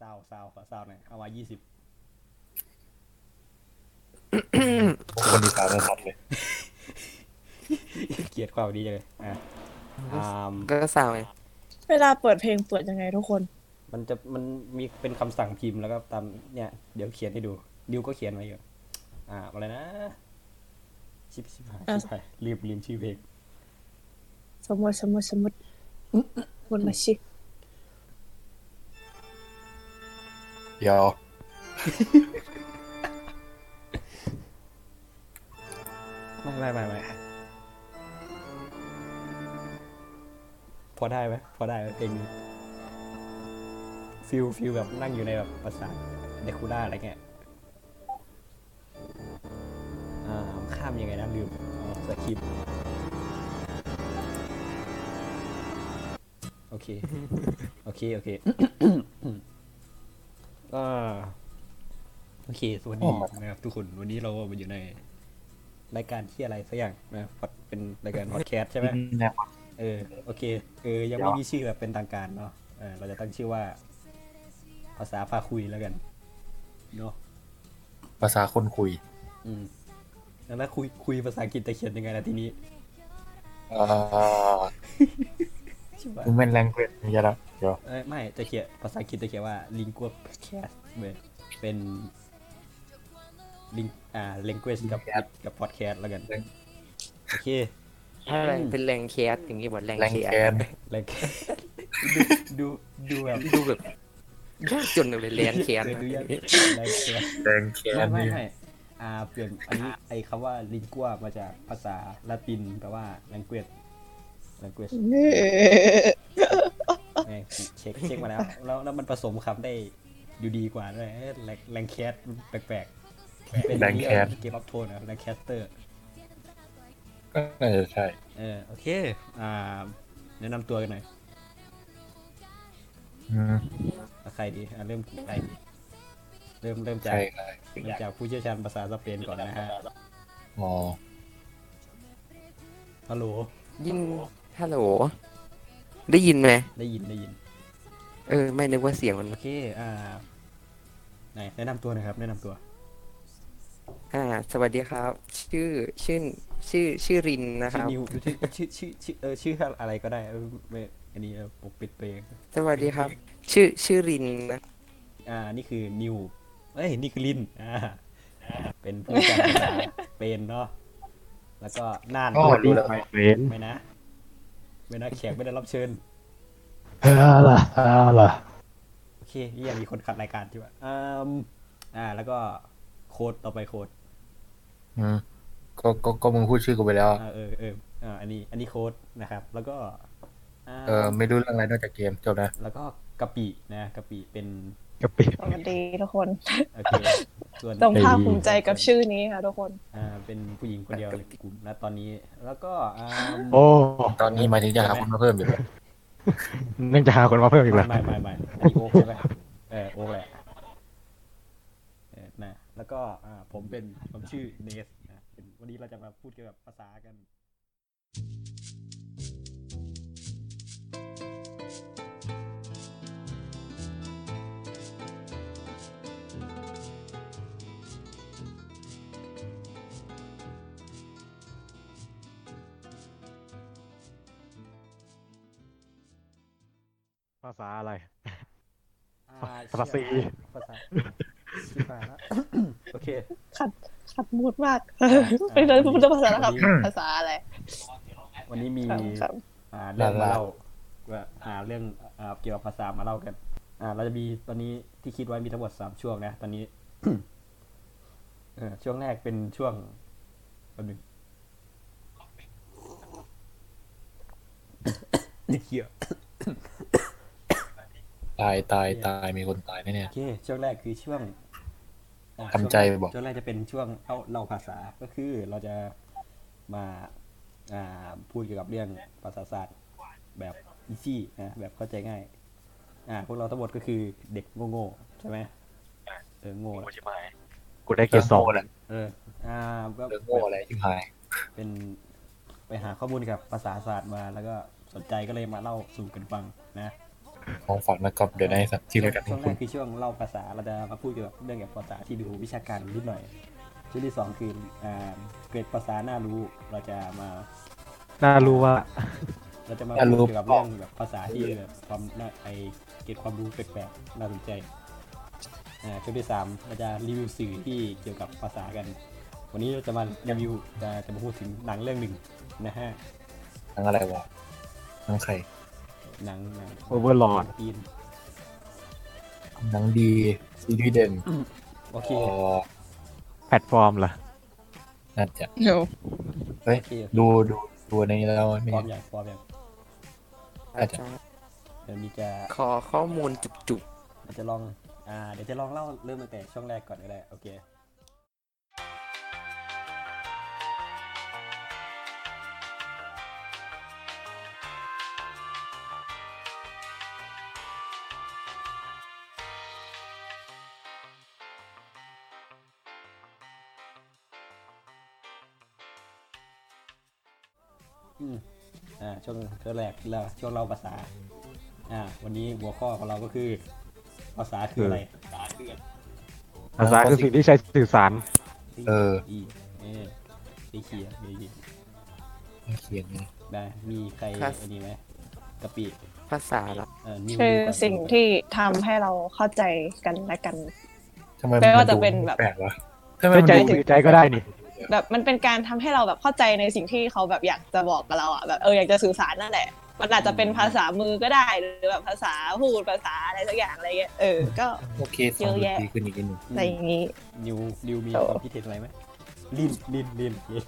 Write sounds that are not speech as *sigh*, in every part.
ซาวซาวขอซาวหน่อยเอามายี่สิบ คนอีสานสัตว์เลย เกลียดความดีจังเลยอ่ะอ่าม ก็สาวไง เวลาเปิดเพลงเปิดยังไงทุกคน มันจะมันมีเป็นคำสั่งพิมพ์แล้วก็ตามเนี่ยเดี๋ยวเขียนให้ดูดิวก็เขียนไว้อยู่อ่าอะไรนะชิบชิบหายชิบหายลืมลืมชื่อเพลง สมมติสมมติสมมติคนละชิ เดี๋ยว ไม่ไม่ไม่ไม่พอได้ไหมพอได้ไหมเพลงนี้ฟิลฟิลแบบนั่งอยู่ในแบบปราสาทเดคูล่าอะไรเงี้ยอ่าข้ามยังไงนะลืมอ๋อสคริปต์โอเค *laughs* โอเค โอเค *coughs* ก็โอเค สวัสดีนะครับทุกคน วันนี้เรามาอยู่ใน รายการที่อะไรสักอย่างนะพอดเป็นรายการพอดแคสต์ใช่ไหม เนี่ย เออโอเคเออยัง เดี๋ ไม่ ยว มีชื่อแบบเป็นทางการเนาะเออเราจะตั้งชื่อว่า ภาษาพาคุยแล้วกันเนาะ ภาษาคนคุย อืมแล้วคุยคุยภาษาอังกฤษจะเขียนยังไงนะทีนี้ อ่า ใช่ปะ คุณเป็นแรงเกรดนี่แล้วเดี๋ยว เออไม่จะเขียนภาษาอังกฤษจะเขียนว่า lingua podcast เว้ยเป็น ling อ่า language กับกับ podcast แล้วกันโอเค ถ้าอะไรเป็นแรงแคสอย่างนี้บอกแรง แรง แค แก ส น lang *laughs* ดูดูดูแบบ ดูแบบยากจนเลยแรงแคส เออดูยาก Langcast แรงแก ไม่ น ไม่ นี่ ไม่อ่า เปลี่ยน อันนี้ ไอ้คำว่าลิงกัวมาจากภาษาละตินแปลว่า language language ไงเช็คเช็คมาแล้ว แล้วแล้วมันผสมคำได้ดูดีกว่าด้วยเอ้ยแรงแรงแคสแปลกๆ เป็น แรงแกน เกมอัพโทนนะแรงแคสเตอร์ ก็น่าจะใช่ เออ โอเค อ่า แนะนำตัวกันหน่อย อืม เอาใครดีอ่ะเริ่มใครดีเริ่มเริ่มจาก ใช่ใช่ เริ่มจากผู้เชี่ยวชาญภาษาสเปนก่อนนะฮะ อ๋อ ฮัลโหล ยิ่งฮัลโหลได้ยินไหม ได้ยินได้ยิน เออ ไม่นึกว่าเสียงมัน โอเค อ่า ไหนแนะนำตัวหนะครับ แนะนำตัว อ่า สวัสดีครับ ชื่อชื่อชื่อชื่อรินนะค ชื่อ รับ นิวชื่อชื่อชื่อชื่อเออชื่ออะไรก็ได้เออไม่อันนี้เราปกปิดตัวเอง สวัสดีครับ ชื่อชื่อรินนะ อ่า นี่คือนิวเอ้ยนี่คือลินอ่าเป็นผู้จัดการเป็นเนาะแล้วก็น่าน ก็รู้แล้วเฟน ไม่นะ ไม่นะแขกไม่ได้รับเชิญ ฮ่าล่ะฮ่าล่ะ โอเคเหี่ยมีคนขัดรายการที่ว่าอ่าอ่า แล้วก็โค้ดต่อไปโค้ด อืมก็ก็ก็มึงพูดชื่อกูไปแล้วอะ อ่าเออเอออ่าอันนี้ อันนี้โค้ดนะครับ แล้วก็อ่า เออไม่รู้เรื่องอะไรนอกจากเกมจบนะ แล้วก็กะปินะกะปิเป็น กะปิ สวัสดีทุกคน โอเคส่วน ต้องภาคภูมิใจกับชื่อนี้ค่ะทุกคน อ่าเป็นผู้หญิงคนเดียวในกลุ่มนะตอนนี้ แล้วก็อ่า โอ้ ตอนนี้หมายถึงจะหาคนมาเพิ่มอยู่เลย นึกจะหาคนมาเพิ่มอีกแล้ว ไม่ไม่ไม่อันนี้โอ๊กใช่ไหมเออโอ๊กแหละเออนะแล้วก็อ่าผมเป็นผมชื่อเนสนะเป็นวันนี้เราจะมาพูดเกี่ยวกับภาษากัน ภาษาอะไร อ่ ภาษาซี ภาษาชิบหายละ โอเค ขัดขัดมูดมาก อ่า เป็นเรื่องพูดภาษาแล้วครับ ภาษาอะไร วันนี้มี ครับครับ อ่าเรื่องมาเล่าว่าหาเรื่องอ่าเกี่ยวกับภาษามาเล่ากัน อ่า เราจะมีตอนนี้ที่คิดไว้มีทั้งหมดสามช่วงนะ ตอนนี้ *coughs* เออช่วงแรกเป็นช่วงแป๊บนึง *coughs* เขียว ตายตายตายมีคนตายแน่ โอเค ช่วงแรกคือช่วงอ่ะ ทำใจ ช่วง ไปบอก ช่วงแรกจะเป็นช่วงเล่าเล่าภาษา ก็คือเราจะมาอ่าพูดเกี่ยวกับเรื่องภาษาศาสตร์แบบอีซี่นะแบบเข้าใจง่าย อ่า พวกเราทั้งหมดก็คือเด็กโง่ๆใช่ไหมเออโง่แหละ กูได้ ๆ เกรดสอง แหละ เออ อ่าแบบ เรื่องโง่อะไรที่หาย เป็นไปหาข้อมูลเกยวกับภาษาศาสตร์มา แล้วก็สนใจก็เลยมาเล่าสู่กันฟังนะ ของฝากนะครับเดี๋ยวได้สักที่รู้จัก ช่วงแร คุณ กคือช่วงเล่าภาษาเราจะมาพูดเกี่ยวกับเรื่องเกี่ยวกับภาษาที่ดูวิชาการนิดหน่อยช่วงที่สองคืออ่าเกรดภาษาหน้ารู้เราจะมา น่ารู้ว่า เราจะมา น่ารู้ พูดเกี่ยวกับเรื่องแบบภาษาที่แบบความน่าไอเกรดความรู้แปลกๆน่าสนใจอ่าช่วงที่สามเราจะรีวิวสื่อที่เกี่ยวกับภาษากัน วันนี้เราจะมารีวิวจะจะมาพูดถึงหนังเรื่องหนึ่งนะฮะ ทั้งอะไรวะทั้งใคร หนังหนัง Overlord จีน ทั้งดีซีรีส์เด่น โอเค อ๋อ แพลตฟอร์มเหรอ น่าจะ โน เฮ้ย โอเค ดูดูดูในนี้แล้วไม่ พร้อมอแน่ย่างพร้อมอย่าง อาจจะ เดี๋ยวมีจะ ขอข้อมูลจุกๆ เดี๋ยวจะลอง อ่า เดี๋ยวจะลองเล่าเริ่มตั้งแต่ช่วงแรกก่อนก็ได้ โอเค อืม อ่า ช่วงช่วงแรกเราช่วงเล่าภาษา อ่า วันนี้หัวข้อของเราก็คือ ภาษาคืออะไรภาษาคืออะไร ภาษาคือสิ่งที่ใช้สื่อสาร เออ อีเออไอเขียไอเขีย ไม่เขียนนะ ได้มีใคร ครับ อันนี้ไหมกะปิ ภาษาละ เออนิว คือ นิวก่น สิ่งที่ทำให้เราเข้าใจกันและกัน ทำไม แปลว่า มั จะเป็นแบบ แปลกวะทำไม ไม่ มัน ใจ ดู หรือใจก็ได้นี่ แบบมันเป็นการทำให้เราแบบเข้าใจในสิ่งที่เขาแบบอยากจะบอกกับเราอ่ะแบบเอออยากจะสื่อสารนั่นแหละ มันอาจจะเป็นภาษามือก็ได้หรือแบบภาษาพูดภาษาอะไรสักอย่างอะไรเงี้ยเออก็ โอเคฟังดู เยอะแยะ ดีขึ้นอีกนิดหนึง อะไรอย่างนี้ นิวนิวมี โอ้ ความคิดเห็นอะไรไหมลินลินลินเอ๊ะ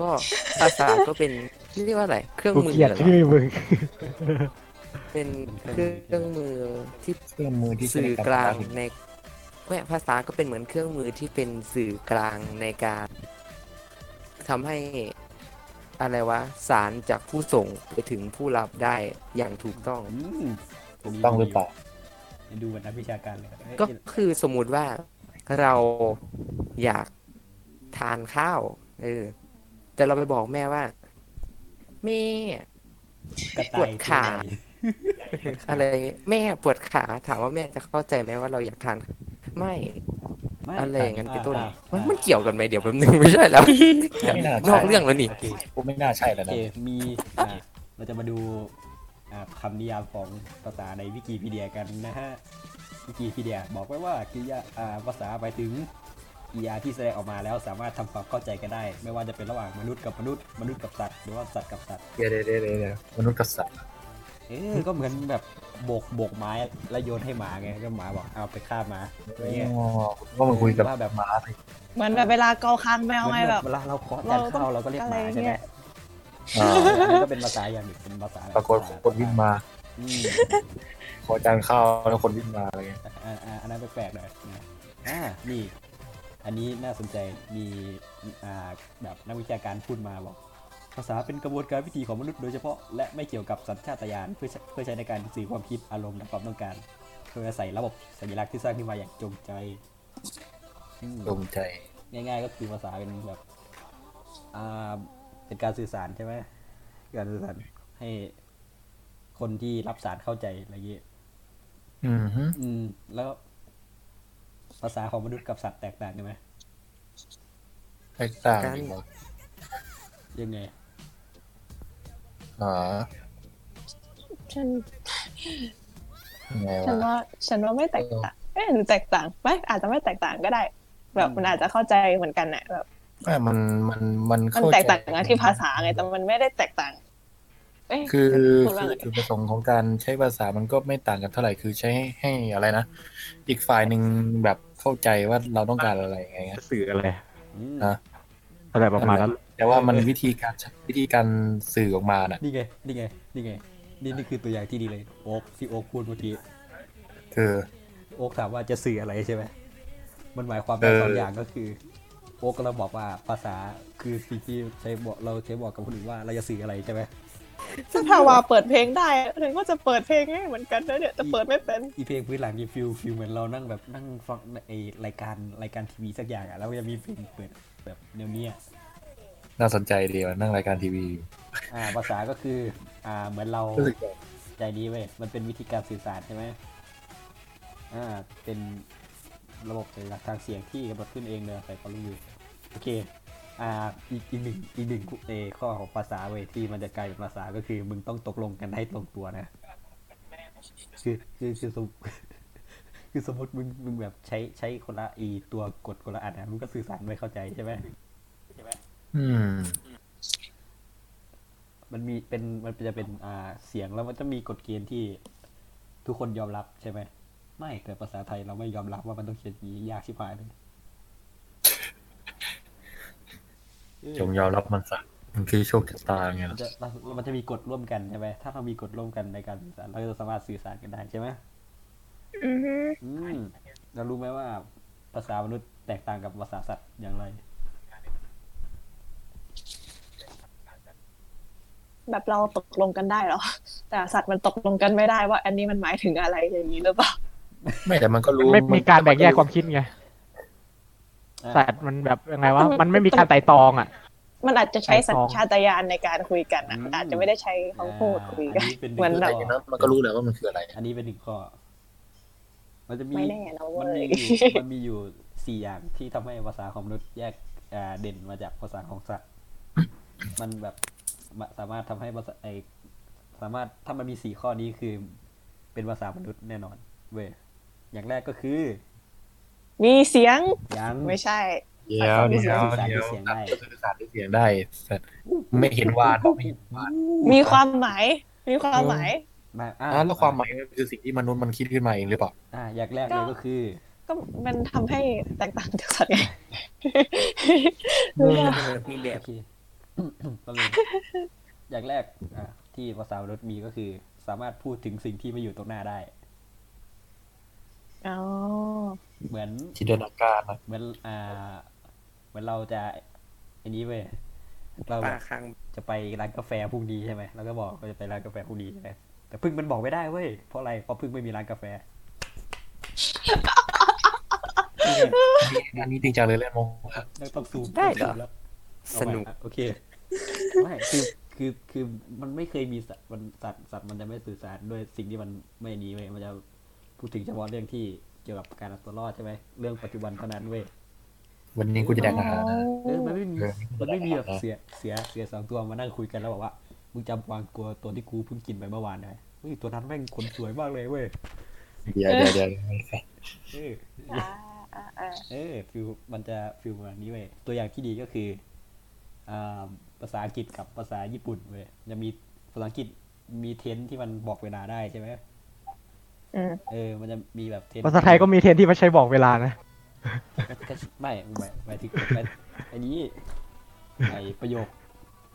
ก็ภาษาก็เป็นเรียกว่าอะไรเครื่อง กู มือ เกลียด เหรอ ชื่อมึง เป็นเครื่องมือที่ เครื่องมือที่ใช้ สื่ ใน อก ร ลาง สื่อ ในแม่ภาษาก็เป็นเหมือนเครื่องมือที่เป็นสื่อกลางในการทำให้อะไรวะ สารจากผู้ส่งไปถึงผู้รับได้อย่างถูกต้อง อืม ถูกต้องหรือเปล่า ดูวันนักวิชาการเลย ก็ เอ๊ะ คือสมมุติว่าเราอยากทานข้าวเออแต่เราไปบอกแม่ว่าแม่ กระ ปว ต่าย ดขา อะไรอย่างเงี้ยแม่ปวดขาถามว่าแม่จะเข้าใจไหมว่าเราอยากทานไม่ ม่ อะไรอย่างนั้นเป็นต้น อ่า มั อ่าน มันเกี่ยวกันไหมเดี๋ยวแป๊บนึงไม่ใช่แล้ว ไม่น่า นอกเรื่องแล้วนี่ โอเค กูไม่น่าใช่แล้ว โอเนะค มีอ่ะเราจะมาดูอ่ะคำนิยามของภาษาในวิกิพีเดียกันนะฮะ วิกิพีเดียบอกไว้ว่ากิริยาอ่าภาษาไปถึงกิริยาที่แสดงออกมาแล้วสามารถทำความเข้าใจกันได้ ไม่ว่าจะเป็นระหว่างมนุษย์กับมนุษย์ มนุษย์กับสัตว์ หรือว่าสัตว์กับสัตว์ เดี๋ยวเดี๋ยวเดี๋ยวเดี๋ยวมนุษย์กับสัตว์ เอ๊ะ *laughs* ก็เหมือนแบบโบกโบกไม้แล้วโยนให้หมาไง ก็หมาบอกเอาไปฆ่าหมาอะไรเงี้ย อ๋อว่ามันคุยกับ ว่าแบบ หมาสิ เหมือนแบบเวลาเกาค้างแมวไงแบบ เหมือนเวลาเราเคาะจานข้าวเราก็เรียกหมาใช่ไหม เราต้องอันอ่าอะไรเงี้ยนี้ก็เป็นภาษาอย่างหนึ่งเป็นภาษา ปรากฏคนวิ่งมา อืม ขอจานข้าวแล้วคนวิ่งมาอะไรเงี้ย อ่าอ่าอันนั้นแปลกๆหน่อยนะอ่า นี่ อันนี้น่าสนใจ มี อ่า แบบนักวิชาการพูดมาบอก ภาษาเป็นกระบวนการวิธีของมนุษย์โดยเฉพาะ และไม่เกี่ยวกับสัญชาตญาณเพื่อใช้เพื่อใช้ในการสื่อความคิดอารมณ์และความต้องการ โดยอาศัยระบบสัญลักษณ์ที่สร้างขึ้นมาอย่างจงใจอืม ดมใจ ง่าย ๆ ก็คือภาษาเป็นแบบ อ่า เป็นการสื่อสารใช่ไหม การสื่อสารให้คนที่รับสารเข้าใจอะไรอย่างเงี้ย อืมฮึ อืม แล้วภาษาของมนุษย์กับสัตว์แตกต่างกันไหม แตกต่างดีวะ ยังไง อ๋อ ฉัน ยังไง ฉัน วะ ว่าฉันว่าไม่แตกต่างเอ๊ะหรือแตกต่างไม่อาจจะไม่แตกต่างก็ได้ แบบมันอาจจะเข้าใจเหมือนกันแหละแบบ ไม่มันมันมัน มัน เข้า แต ใจ กต่างกันที่ภาษาไงแต่มันไม่ได้แตกต่างเอ้ย คือ พูดว่าไง คือจุดประสงค์ของการใช้ภาษามันก็ไม่ต่างกันเท่าไหร่คือใช้ให้ให้อะไรนะ อีกฝ่ายหนึ่งแบบเข้าใจว่าเราต้องการอะไรไงเงี้ย สื่ออะไร อืม อ่ะ อะไรประมาณนั้น แต่ว่ามันวิธีการวิธีการสื่อออกมาน่ะ นี่ไง นี่ไง นี่ไง นี่นี่คือตัวอย่างที่ดีเลย โอ๊กที่โอ๊กพูดเมื่อกี้ คือ โอ๊กถามว่าจะสื่ออะไรใช่ไหม มันหมายความได้สองอย่างก็คือ โอ๊กกำลังบอกว่าภาษาคือสิ่งที่ใช้บอกเราใช้บอกกับคนอื่นว่าเราจะสื่ออะไรใช่ไหม ซึ่งถ้าวาเปิดเพลงได้ถึงว่าจะเปิดเพลงให้เหมือนกันนะเนี่ยแต่เปิดไม่เป็น อีเพลงพื้นหลังมีฟิลฟิลเหมือนเรานั่งแบบนั่งฟังไอรายการรายการทีวีสักอย่างอ่ะแล้วก็จะมีเพลงเปิดแบบแนวเนี้ย น่าสนใจดีว่ะนั่งรายการทีวีอยู่ อ่า ภาษาก็คือ อ่า เหมือนเรา รู้สึกแบบ ใจดีเว้ย มันเป็นวิธีการสื่อสารใช่ไหมอ่า เป็นระบบสัญลักษณ์ทางเสียงที่กำหนดขึ้นเองเลยใส่ความรู้อยู่โอเค อ่า อีกอีกหนึ่งอีกหนึ่งเออข้อของภาษาเว้ยที่มันจะกลายเป็นภาษาก็คือมึงต้องตกลงกันให้ตรงตัวนะ คือคือคือสม *laughs* คือสมมติมึงมึงแบบใช้ใช้คนละอีตัวกดคนละอันนะมึงก็สื่อสารไม่เข้าใจใช่ไหม อืม มันมีเป็นมันจะเป็นอ่าเสียงแล้วมันจะมีกฎเกณฑ์ที่ทุกคนยอมรับใช่ไหมไม่แต่ภาษาไทยเราไม่ยอมรับว่ามันต้องเขียนอย่างนี้ยากชิบหายเลยเออ จงยอมรับมันซะมันคือโชคชะตาไง มัน ล่ะ จะเรามันจะมีกฎร่วมกันใช่ไหมถ้าเรามีกฎร่วมกันในการสื่อสารเราก็จะสามารถสื่อสารกันได้ใช่ไหม อือฮึ อืมเรารู้ไหมว่าภาษามนุษย์แตกต่างกับภาษาสัตว์อย่างไร แบบเราตกลงกันได้เหรอ *laughs* แต่สัตว์มันตกลงกันไม่ได้ว่า อันนี้มันหมายถึงอะไรอย่างนี้หรือเปล่า ไม่แต่มันก็รู้ ไม่มีการแบ่งแยกความ น คิดอไง่ะ สัตว์มันแบบยังไงวะมันไม่มีการไต่ตองอ่ะ มันอาจจะใช้ ไอ้ สัญ ทอง ชาตญาณในการคุยกันอะ อืม อาจจะไม่ได้ใช้เขาพูดคุยกัน อ่าอัเป็น เหมือน ง แบบ ข้ เนอะมันก็รู้แหละว่ามันคืออะไร อันนี้เป็นหนึ่งข้อมันจะมี ไม่แน่นะ มัน เว้ มี ย อยู่ มันมีอยู่สี่อย่างที่ทำให้ภาษาของมนุษย์แยกอ่าเด่นมาจากภาษาของสัตว์ มันแบบมะสามารถทำให้ภาษาไอสามารถถ้ามันมีสี่ข้อนี้คือเป็นภาษามนุษย์แน่นอนเว้ยอย่างแรกก็คือ มีเสียง ยัง ไม่ใช่ เดี๋ยวเดี๋ยว สื่ เดี๋ย อ ว สารด้วยเสียงได้ สื่อสารด้วยเสียงได้แต่ไม่เห็นวานไม่เห็นวาน มีความหมาย มีความหมาย มาอ่า อ่ะแล้วความหมายมันคือสิ่งที่มนุษย์มันคิดขึ้นมาเองหรือเปล่า อ่าอย่างแรกเลยก็คือ ก็มันทำให้แตกต่างจากสัตว์ไง มีแบบ โอเค *coughs* ประมาณอย่างแรกอ่ะที่ภาษามนุษย์มีก็คือ สามารถพูดถึงสิ่งที่ไม่อยู่ตรงหน้าได้ อ๋อ เหมือน จินตนาการนะ เหมือนอ่าเหมือนเราจะอันนี้เว้ยเราแบ ปา บ ข้าง จะไปร้านกาแฟพรุ่งนี้ใช่ไหมเราก็บอกเราจะไปร้านกาแฟพรุ่งนี้ใช่ไหมแต่พึ่งมันบอกไม่ได้เว้ยเพราะอะไรเพราะพึ่งไม่มีร้าน *laughs* กาแฟนี่ไง อันนี้จริงจังเลยเล่นโม แล้วต้องซูม ได้เหรอ แล้ว สนุก เอาใหม่อ่ะโอเคไม่คือคือคือมันไม่เคยมีสัตว์มันสัตว์สัตว์มันจะไม่สื่อสารด้วยสิ่งที่มันไม่นี้เว้ยมันจะพูดถึงเฉพาะเรื่องที่เกี่ยวกับการเอาตัวรอดใช่ไหมเรื่องปัจจุบันเท่านั้นเว้ย วันนี้กูจะแดกอาหารนะ เออมันไม่มี เออ มันไม่มีแบบเสียเสียเสียสองตัวมานั่งคุยกันแล้วบอกว่ามึงจำกวางกลัวตัวที่กูเพิ่งกินไปเมื่อวานได้ไหมเฮ้ยตัวนั้นแม่งขนสวยมากเลยเว้ย เดี๋ยวเดี๋ยวเดี๋ยว เออ อ่าอ่าอ่า เออฟิลมันจะฟิลประมาณนี้เว้ยตัวอย่างที่ดีก็คืออ่าภาษาอังกฤษกับภาษาญี่ปุ่นเว้ยจะมีภาษาอังกฤษมีเทนส์ที่มันบอกเวลาได้ใช่ไหม อืม เออมันจะมีแบบเทนส์ ภาษาไทยก็มีเทรนที่ไม่ใช่บอกเวลานะ ก็ไม่หมายหมายถึงหมายอันนี้ไอประโยค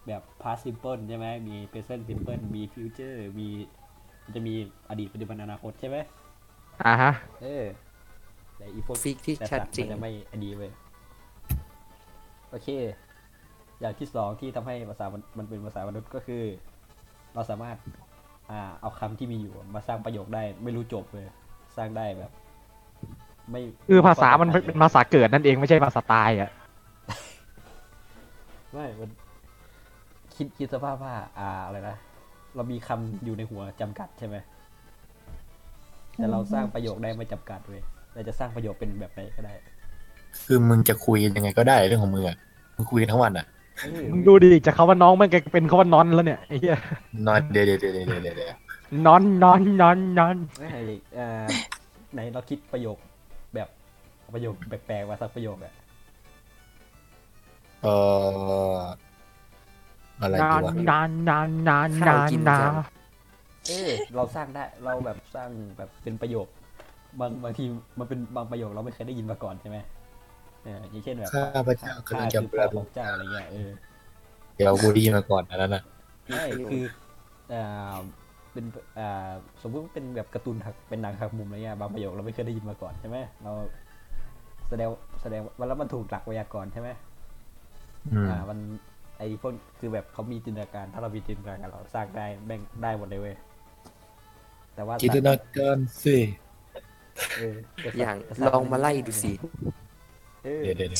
แบบ past simple ใช่ไหมมี present simple มี future มีมันจะมีอดีตปัจจุบันอนาคตใช่ไหม อ่าฮะ เออ แต่อีพวก ฟิกที่ แต่ ชัด สัตว์ จริ มั ง นจะไม่อันนี้เว้ยโอเค อย่างที่สองที่ทำให้ภาษามันมันเป็นภาษามนุษย์ก็คือ เราสามารถ อ่า เอาคำที่มีอยู่มาสร้างประโยคได้ไม่รู้จบเลย สร้างได้แบบ ไม่ คือภาษามันเป็นภาษาเกิดนั่นเองไม่ใช่ภาษาตายอ่ะ ไม่มันคิดคิดสภาพว่าอ่าอะไรนะ เรามีคำอยู่ในหัวจำกัดใช่ไหม แต่เราสร้างประโยคได้ไม่จำกัดเว้ยเราจะสร้างประโยคเป็นแบบไหนก็ได้ คือมึงจะคุยยังไงก็ได้เรื่องของมึงอ่ะมึงคุยกันทั้งวันอ่ะ เออ มึงดูดิจากคาว่าน้องมันกลายเป็นคาว่านอนแล้วเนี่ยไอ้เหี้ย นอนเดี๋ยวเดี๋ยวเดี๋ยวเดี๋ยวเดี๋ยวน อนนอนนอนนอน ไม่ให้เอ่อไหนเราคิดประโยคแบบประโยคแปลกๆมาสักประโยคอะ เอ่ออะไร นา ดี น วะ นานนานนาน ข้าวน าน กิน นา จัง เออเราสร้างได้เราแบบสร้างแบบเป็นประโยค บางบางทีมันเป็นบางประโยคเราไม่เคยได้ยินมาก่อนใช่ไหมเอออย่างเช่นแบบ ข้าพเจ้ากำลังจะ ข้าคือพระของเจ้าอะไรเงี้ยเออ เดี๋ยวกูได้ยินมาก่อนอันนั้นอ่ะ ใช่คือเอ่อเป็นเอ่อสมมติว่าเป็นแบบการ์ตูนหักเป็นหนังหักมุมอะไรเงี้ยบางประโยคเราไม่เคยได้ยินมาก่อนใช่ไหมเราแสดงแสดงว่าแล้วมันถูกหลักไวยากรณ์ใช่ไหม อืม อ่ามันไอพวกคือแบบเขามีจินตนาการ ถ้าเรามีจินตนาการเราสร้างได้แบ่งได้หมดเลยเว้ยแต่ว่า จินตนาการสิ เออแต่สัตว์ อย่าง สัต ล ว์ องมาไล่ดูสิ เออ เดี๋ยวเดี๋ยวเดี๋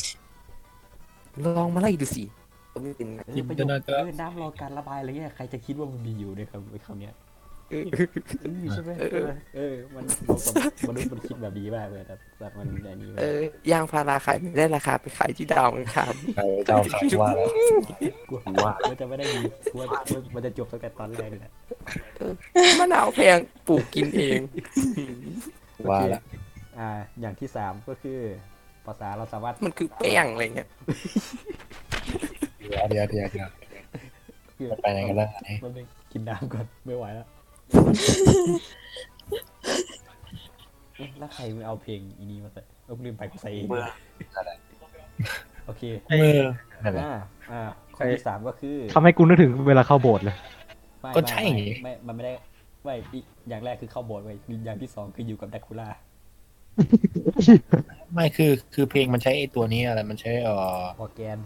ยว ลองมาไล่ดูสิไม่เป็นนะ เออประโยค จินตนาการ เออน้ำรอการระบายอะไรเงี้ยใครจะคิดว่ามันมีอยู่ในคำคำเนี้ย ใช่ไหม เออ มันเราสมมนุษย์มันคิดแบบนี้มากเลยแต่แต่มันไอ้นี่มาก เออ ยางพาราขายไม่ได้ราคาไปขายที่ดาวอังคาร ใครเจ้าขายว่าแล้ว กลัวว่ามันจะไม่ได้มีกลัวกลัวมันจะจบตั้งแต่ตอนแรกเลยนะ มะนาวแพงปลูกกินเอง ว่าละ โอเคอ่า อย่างที่สามก็คือ ภาษาเราสามารถ มันคือแป้งอะไรเงี้ย เดี๋ยวเดี๋ยวเดี๋ยวเดี๋ยว คือ จะไปไหนกันแล้วอันนี้ มันเป็นกินน้ำก่อนไม่ไหวแล้วเอ๊ะแล้วใครมึงเอาเพลงอีนี้มาใส่เออลืมไปกูใส่เองโอเค เมื่อนั่นแหละ อ่าอ่าข้อที่สามก็คือ ทำให้กูนึกถึงเวลาเข้าโบสถ์เลย ไม่ ก็ใช่ ไม่ ไง ไม่ไม่มันไม่ได้ไม่อีกอย่างแรกคือเข้าโบสถ์ไว้ยอย่างที่สองคืออยู่กับแดกคูล่า ไม่คือคือเพลงมันใช้ไอ้ตัวนี้อะไรมันใช้เออ ออร์แกน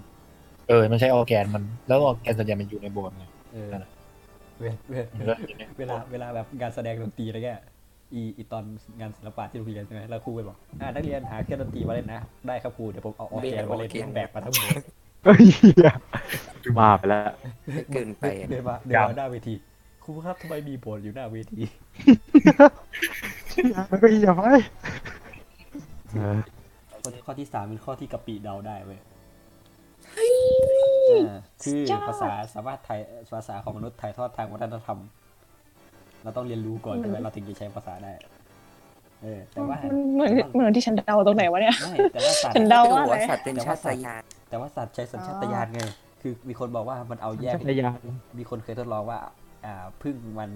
เออมันใช้ออร์แกนมันแล้วออร์แกนส่วนใหญ่มันอยู่ในโบสถ์ไง เออ นั่นแหละ เวเว มัน เว ก็อยู่ใน เวลาเวลาแบบงานแสดงดนตรีอะไรเงี้ยอีอีตอนงานศิลปะที่โรงเรียนใช่ไหมแล้วครูไปบอกอ่านักเรียนหาเครื่องดนตรีมาเล่นนะ ได้ครับครูเดี๋ยวผมเอาออร์แกนมาเล่น เบสออร์แกน แบกมาทั้งหมด เอ้ยเหี้ยบ้าไปแล้ว เกินไปอะ เดินมาเดินมาหน้าเวทีครูครับทำไมมีโบสถ์อยู่หน้าเวที ก็อย่าไป ข้อข้อที่สามเป็นข้อที่กะปิเดาได้เว้ยอ่าคือ สุดยอด ภาษาสามารถถ่ายภาษาของมนุษย์ถ่ายทอดทางวัฒนธรรม เราต้องเรียนรู้ก่อนใช่ไหมเราถึงจะใช้ภาษาได้ เออ แต่ว่า มันเหมือนเหมือนที่ฉันเดาตรงไหนวะเนี่ย ไม่แต่ว่าสัต ฉัน ว์ เดา แต่ ว่าอะไร ว่าสัตว์เป็นชาติยาน แต่ว่าสัตว์ใช้สัญชาตญาณไง คือมีคนบอกว่ามันเอาแยก ชักรยาน มีคนเคยทดลองว่า อ่าพึ่งมัน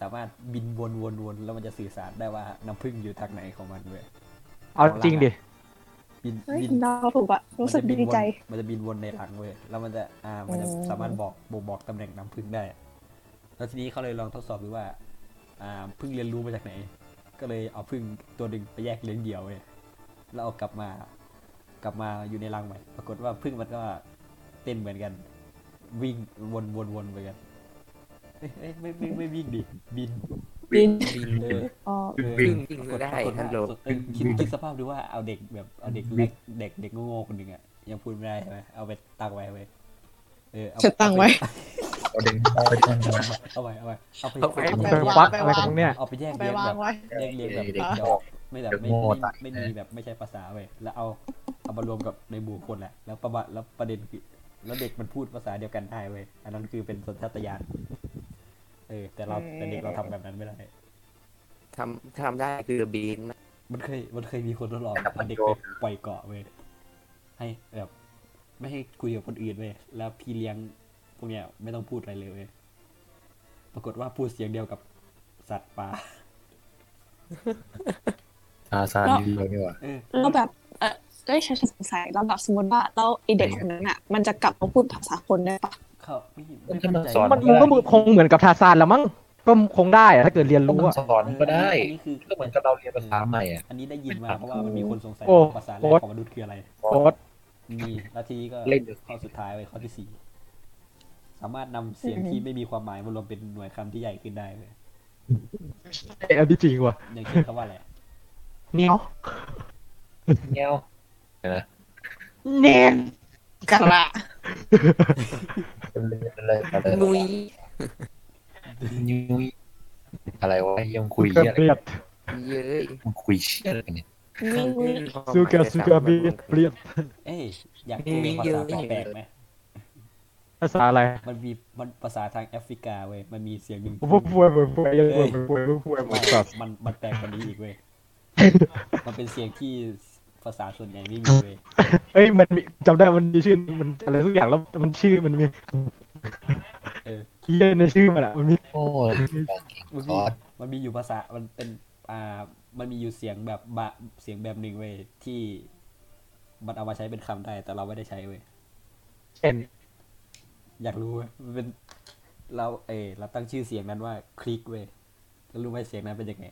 สามารถบินวนวนวนแล้วมันจะสื่อสารได้ว่าน้ำพึ่งอยู่ทางไหนของมันเว้ย เอาจริงดิ บิน เฮ้ย บิน เดาถูกอะรู้สึกดีใจ มันจะบินวนมันจะบินวนในรังเว้ย แล้วมันจะ อ่า มันจะ อืม สามารถบอกบ่งบอกตำแหน่งน้ำพึ่งได้ แล้วทีนี้เขาเลยลองทดสอบดูว่า อ่าพึ่งเรียนรู้มาจากไหน ก็เลยเอาพึ่งตัวหนึ่งไปแยกเลี้ยงเดี่ยวเว้ย แล้วเอากลับมา กลับมาอยู่ในรังใหม่ ปรากฏว่าพึ่งมันก็เต้นเหมือนกัน วิ่งวนวนวนเหมือนกันเอ้ยเอ้ยไม่ไม่ไม่วิ่งดิ บิน บิน บินเลย อ๋อ เออ วิ่งวิ่ง ปรากฏ ได้ ปรากฏว่า ฮัลโหล เออคิดคิดสภาพดูว่าเอาเด็กแบบเอาเด็กเล็กเด็กเด็กโง่ๆคนหนึ่งอ่ะยังพูดไม่ได้ใช่ไหมเอาไปตั้งไว้เว้ยเออเอา จะตั้งไว้ เอาเด็กเอาไปที่นั่น เอาไว้เอาไว้เอาไป เอาไป เอาไป ไปวัดอะไรของเนี่ย เอาไปแยก ไป เลี้ยง วา แบ ง บ ไว้ แยกเลี้ยงแบบ เด็ก ด โง่ อกไม่แบบไม่ เด็กโง่ ไม่ ตาย ไม่มีแบบไม่ใช่ภาษาเว้ยแล้วเอาเอามารวมกับในหมู่คนแหละแล้วประวัติแล้วประเด็นคือแล้วเด็กมันพูดภาษาเดียวกันได้เว้ยอันนั้นคือเป็นสัญชาตญาณเออแต่เราแต่เด็กเราทำแบบนั้นไม่ได้ ทำทำได้คือบิน มันเคยมันเคยมีคนทดลอง ครับ เอาเด็ก ผม ไปปล่อยเกาะเว้ยให้แบบไม่ให้คุยกับคนอื่นเว้ยแล้วพี่เลี้ยงพวกเนี้ยไม่ต้องพูดอะไรเลยเว้ยปรากฏว่าพูดเสียงเดียวกับสัตว์ป่า *laughs* ซาซาดีเลยนี่หว่า เออ แล้วแบบเออเอ้ยฉันสงสัยแล้วแบบสมมติว่าแล้วไอเด็กคนนั้นอะมันจะกลับมาพูดภาษาคนได้ปะ เขาไม่ มัน ไม่ จะมา เข้าใจ สอน มันมันก็คงเหมือนกับทาซานแล้วมั้ง ก็คงได้อะถ้าเกิดเรียนรู้ มัน อะ สอนก็ได้ อันนี้คือ ก็เหมือนกับเราเรียนภาษาใหม่อ่ะ อันนี้ได้ยินมาเพราะว่ามันมีคนสงสัย โอ้ ว่าภาษาแร โอ๊ ก ต ของมนุษย์คืออะไร โค้ด มีแล้วทีนี้ก็ เล่นอยู่ ข้อสุดท้ายเว้ยข้อที่สี่สามารถนำเสียงที่ไม่มีความหมายมารวมเป็นหน่วยคำที่ใหญ่ขึ้นได้เว้ย อันที่จริงว่ะ อย่างเช่นคำว่าอะไร เหนียว เงี้ยวเดี๋ยวนะ เนนกะละ เป็นเลยเป็นเลยเป็นเลย นุย ยุ้ยอะไรวะยังคุย เกลี เหี้ยอะไร ยด เย้ย ยังคุยเชี่ยอะไรกันเนี่ย ซูเกะซูเกะเบียดเปลียด เอ้ยอยากรู้ภาษาแปลกๆไหม ภาษาอะไร มันมีมันภาษาทางแอฟริกาเว้ย มันมีเสียงหนึ่ง ผมพูดป่วยป่วยป่วยป่วยป่วยป่วย ไม่ ป่วย มันมันแปลกกว่านี้อีก *laughs* เว้ย มันเป็นเสียงที่ภาษาส่วนใหญ่ไม่มีเว้ย *laughs* เอ้ยมันมีจำได้มันมีชื่อมันอะไรทุกอย่างแล้วมันชื่อมันมี เออ เฮียในชื่อมันอะมันมี โอ้ยบางเก่ง มันมีคอร์ส มันมีอยู่ภาษา มันเป็น อ่า มันมีอยู่เสียงแบบบะเสียงแบบหนึ่งเว้ยที่มันเอามาใช้เป็นคำได้ แต่เราไม่ได้ใช้เว้ย เอ็น อยากรู้เว้ยมันเป็น เรา เอยเราตั้งชื่อเสียงนั้นว่าคลิกเว้ยแล้วรู้ไหมเสียงนั้นเป็นยังไง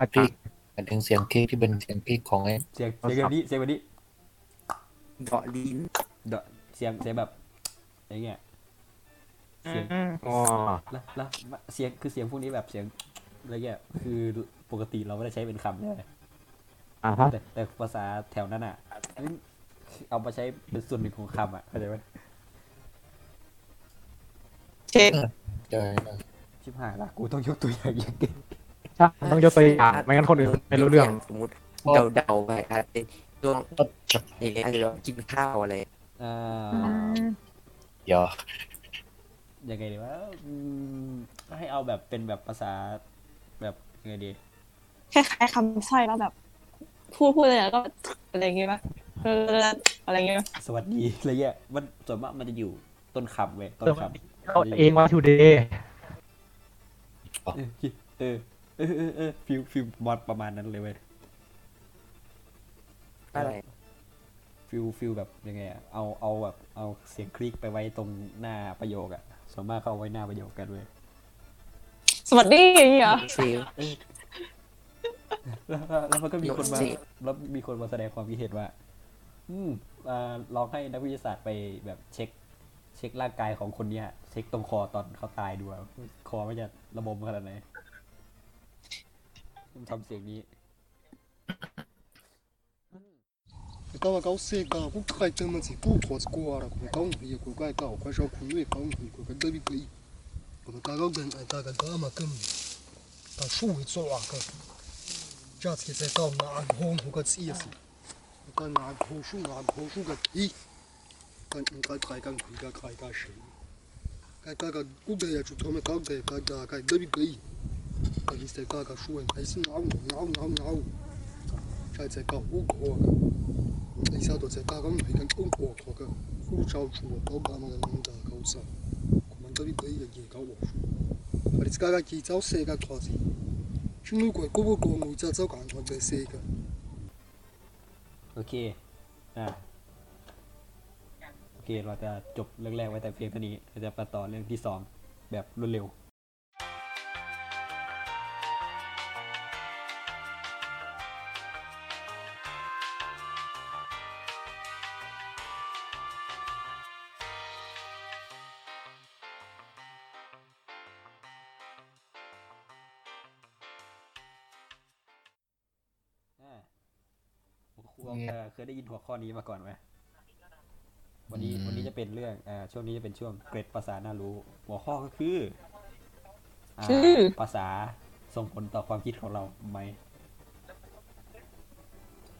อา คลิ ทิ กหมายถึงเสียงคลิกที่เป็นเสียงคลิกของไอ้ เสียงเสียงแบบนี้ เสียงแบบนี้ เดาะลิ้น เดาะเสียงเสียงแบบอย่างเงี้ยเสียง อ๋อ แล้วแล้วเสียงคือเสียงพวกนี้แบบเสียงอะไรเงี้ยคือปกติเราไม่ได้ใช้เป็นคำใช่ไหม อ่ะฮะ แต่แต่ภาษาแถวนั้นอ่ะเอามาใช้เป็นส่วนหนึ่งของคำอ่ะเข้าใจไหม เช็ค เจอ เช ชิบหายละกูต้องยกตัวอย่างอย่างเดียว ใช่ต้องยกตัวอย่างไม่งั้นคนอื่นไม่รู้เรื่อง ยกตัวย่าสมมติเดาเดาๆไปอาจจะช่วงอย่างเงี้ยอาจจะกินข้าวอะไร อ่า เดี๋ยว ยังไงดีวะอืมให้เอาแบบเป็นแบบภาษาแบบยังไงดี คล้ายๆคำสร้อยแล้วแบบ พูดพูดอะไรแล้วก็อะไรอย่างเงี้ยป่ะเอออะไรอย่างเงี้ย สวัสดีอะไรเงี้ยมันส่วนมากมันจะอยู่ต้นคำเว้ยต้นคำ เขาเองว่าทูเดย์ เออเออเออเออเออฟิลฟิลบอลประมาณนั้นเลยเว้ย อะไร ฟิลฟิลแบบยังไงอะเอาเอาแบบเอาเสียงคลิกไปไว้ตรงหน้าประโยคอะส่วนมากเขาเอาไว้หน้าประโยคกันเว้ย สวัสดีอย่างเงี้ยเหรอ ฟิล แล้วแล้วแล้วมันก็มีคนมา จริง แล้วมีคนมาแสดงความคิดเห็นว่า อืมอ่าลองให้นักวิทยาศาสตร์ไปแบบเช็ค เช็คร่างกายของคนเนี้ยเช็คตรงคอตอนเขาตายดูอะคอมันจะระบมขนาดไหนผมทำเสียงนี้ Ka wa ka o seka, ko ka i tama tse, ko kwa tse ko ara, ko ka o ngi, ko ka i ka o kwa shau kunu e ka o ngi, ko ka dabi ka i. Ko ka ka gan ai ta ka ka ama kam ni. Ta shu e tso wa ka. Ja tse tse ka na a ho ho ka tsi yesi. Ka na a ho shu na a ho shu ka i. Ka ni ka ka ka ku ka ka ka shi. Ka ka ka ku da ya chu to me ka ga ka ga ka dabi ka i. Ka ni se ka ka shu e ai sin au au au au. Ja tse ka u ko ka. 一下都在打工，还敢冲破脱个，护照出我高干那个领导高手，我们这里可以也搞我说，把你自家个记招写个拖子，兄弟鬼过不过我家走干拖子写个。 โอเค อ่า โอเค เราจะจบเรื่องแรกไว้แต่เพียงเท่านี้ เราจะไปต่อเรื่องที่สองแบบรวดเร็วอ่า คุณเอ่อเคยได้ยินหัวข้อนี้มาก่อนไหม วันนี้ อืม วันนี้จะเป็นเรื่องอ่าช่วงนี้จะเป็นช่วงเกรดภาษาน่ารู้ หัวข้อก็คืออ่า คือ ภาษาส่งผลต่อความคิดของเราไหม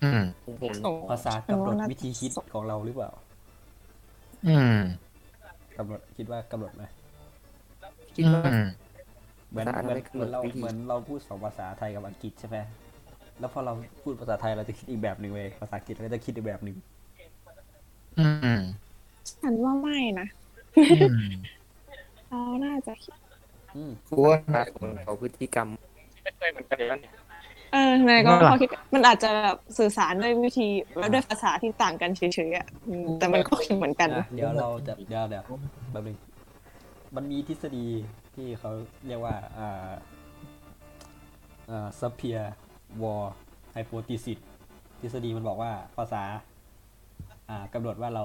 อืม ผม โอ้ ภาษากำหนดวิธีคิดของเราหรือเปล่า อืม กำหนดคิดว่ากำหนดไหม คิดว่า อืม เหมือน ภาษา เห อะ มื ไร อนเหมือนเรา กำหนดวิธี เหมือนเราพูดสองภาษาไทยกับอังกฤษใช่ไหมแล้วพอเราพูดภาษาไทยเราจะคิดอีกแบบหนึ่งเลยภาษาอังกฤษเราก็จะคิดอีกแบบหนึ่ง อืม ฉันว่าไม่นะ อืม เราน่าจะคิด อืม กูว่า ภาพของเขาพฤติกรรม เออทนายก็ ว่าล่ะ พอคิดมันอาจจะแบบสื่อสารด้วยวิธีและด้วยภาษาที่ต่างกันเฉยๆอ่ะอืมแต่มันก็คิดเหมือนกัน อ่ะเดี๋ยวเราจะเดี๋ยวเดี๋ยวแป๊บนึงมันมีทฤษฎีที่เขาเรียกว่าอ่าอ่าซัพเพียวอลไฮโปติซิสทฤษฎีมันบอกว่าภาษา อ่ากำหนดว่าเรา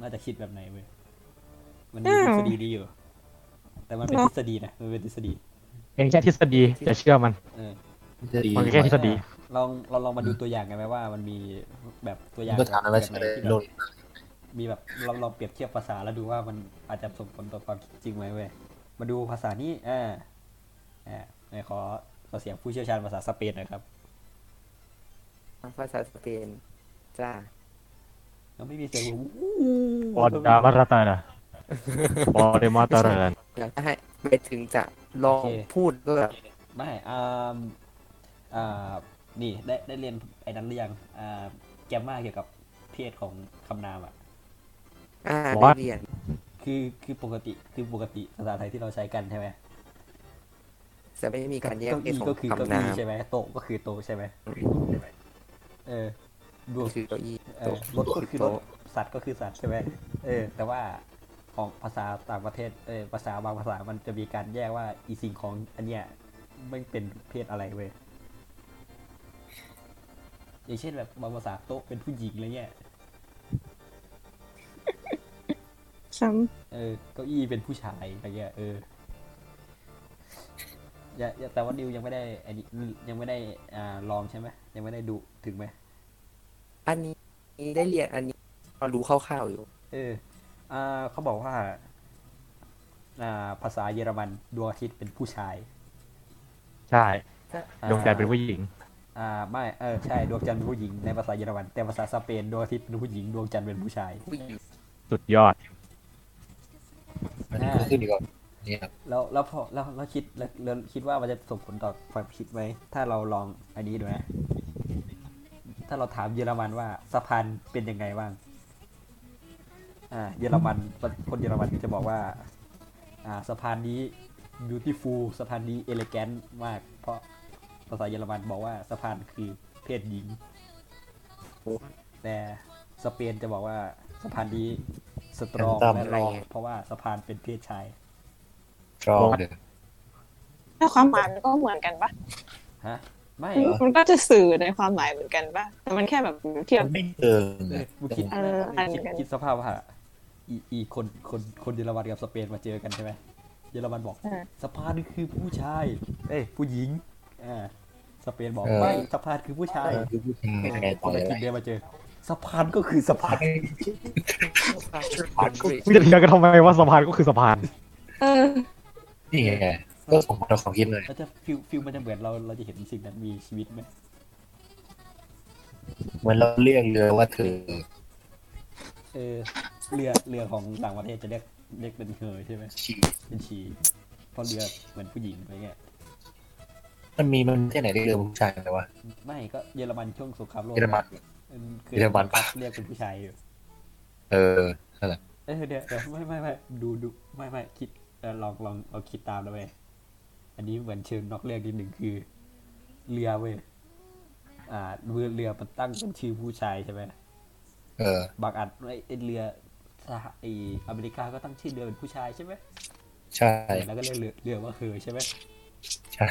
น่าจะคิดแบบไหนเว้ยมันมี อ้าว ทฤษฎีนี้อยู่ แต่มันเป็นทฤษฎีนะมันเป็นทฤษฎี เองแค่ทฤษฎีจะเชื่อมัน เออ จะดี มันก็แค่ทฤษฎี ลองเราลองมาดูตัวอย่างกันไหมว่ามันมีแบบตัวอย่าง ก็ถามอะไร แบบ ใช่ ไหน ไหม ที่แบบ โลก มีแบบเราลองเปรียบเทียบภาษาแล้วดูว่ามันอาจจะส่งผลต่อความคิดจริงไหมเว้ยมาดูภาษานี้อ่าอ่าไหนขอขอเสียงผู้เชี่ยวชาญภาษาสเปนหน่อยครับ ภาษาสเปนจ้า แล้วไม่มีเสียงอู้ ปอดดามาราตานะปอดมาตารัน อยากให้ไปถึงจะลองพูดก็แบบ ไม่อ่าอ่านี่ได้ได้เรียนไอ้นั้นหรือยังอ่าแกมมาเกี่ยวกับเพศของคำนามอ่ะ อ่า ว่า เรียน คือคือปกติคือปกติภาษาไทยที่เราใช้กันใช่ไหม จะไม่มีการแยก เก้า เพศ อี้ ขอ ก็ ง คือเก้า คำนา อี้ ม ใช่ไหมโต๊ะก็คือโต๊ะใช่ไหมเออดวง คือเก้าอี้ เออรโต๊ะถก็คือรถสัตว์ก็คือสัตว์ใช่ไหมเออ แต่ว่าของภาษาต่างประเทศเออภาษาบางภาษามันจะมีการแยกว่าอีสิ่งของอันเนี้ยไม่เป็นเพศอะไรเว้ยอย่างเช่นแบบบางภาษาโต๊ะเป็นผู้หญิงอะไรเงี้ย ซ้ เออเก้าอี้เป็นผู้ชายอะไรเงี้ยเอออย่าอย่าแต่ว่าดิวยังไม่ได้อันนี้ยังไม่ได้อ่าลองใช่ไหมยังไม่ได้ดูถึงไหม อันนี้ได้เรียนอันนี้พอรู้คร่าวๆอยู่ เอออ่าเขาบอกว่า อ่าภาษาเยอรมันดวงอาทิตย์เป็นผู้ชาย ใช่ อ่า ดวงจันทร์เป็นผู้หญิง อ่าไม่เออใช่ดวงจันทร์เป็นผู้หญิงในภาษาเยอรมัน แต่ภาษาสเปนดวงอาทิตย์เป็นผู้หญิงดวงจันทร์เป็นผู้ชาย ผู้หญิง สุดยอด อันนี้ก็ขึ้นอยู่กับนี่ครับ แล้วแล้วพอแล้วเราคิดแล้วแล้วคิดว่ามันจะส่งผลต่อความคิดไหมถ้าเราลองอันนี้ดูนะ ถ้าเราถามเยอรมันว่าสะพานเป็นยังไงบ้าง อ่า เยอรมันคนเยอรมันจะบอกว่า อ่าสะพานนี้ beautiful สะพานนี้ elegant มาก เพราะภาษาเยอรมันบอกว่าสะพานคือเพศหญิง แต่สเปนจะบอกว่าสะพานนี้ strong และ long เพราะว่าสะพานเป็นเพศชาย strong ถ้าความหมายมันก็เหมือนกันปะ ฮะ ไม่ มันก็จะสื่อในความหมายเหมือนกันปะแต่มันแค่แบบเทียบ มันไม่เกิน เออ นะ มึงคิด เอออันนี้ คิด กัน คิดสภาพว่าอีอีคนคนคนเยอรมันกับสเปนมาเจอกันใช่ไหมเยอรมันบอก เออ สะพานนี่คือผู้ชาย เอ้ยผู้หญิงอ่าสเปนบอก เออ ไม่สะพานคือผู้ชาย คือผู้ชายยังไง ค ต่อน เล ละ ย ทีเดียวมาเจอสะพานก็ *laughs* คือสะพาน มึงจะเถียงกันทำไมว่าสะพานก็คือสะพาน เออ นี่ไงก็ส่งผลต่อความคิดเลย แล้วจะฟิลฟิลมันจะเหมือนเราเราจะเห็นสิ่งนั้นมีชีวิตไหม เหมือนเราเรียกเรือว่าเธอ เออเรือเรือของต่างประเทศจะเรียกเรียกเป็นเฮอใช่ไหม ชี เป็นชีเพราะเรือเหมือนผู้หญิงอะไรเงี้ย มันมีมันที่ไหนได้เรือผู้ชายแต่ว่า ไม่ก็เยอรมันช่วงสงครามโลก เยอรมัน คย เยอรมันปะ เรียกเป็นผู้ชายอยู่ เออนั่นแหละ เอ้ยเดี๋ยวเดี๋ยวไม่ไม่ไม่ดูดูไม่ไม่คิดเอ่อลองลองลองคิดตามนะเว้ยอันนี้เหมือนเชิงนอกเรื่องนิดหนึ่งคือ เรือเว้ยอ่าเรือเรือมันตั้งเป็นชื่อผู้ชายใช่ไหม เออบ างอันไอ้ไอ้เรือสหไออเมริกาก็ตั้งชื่อเรือเป็นผู้ชายใช่ไหม ใช่ แล้วก็เรียกเรือเรือว่าเฮอใช่ไหม ใช่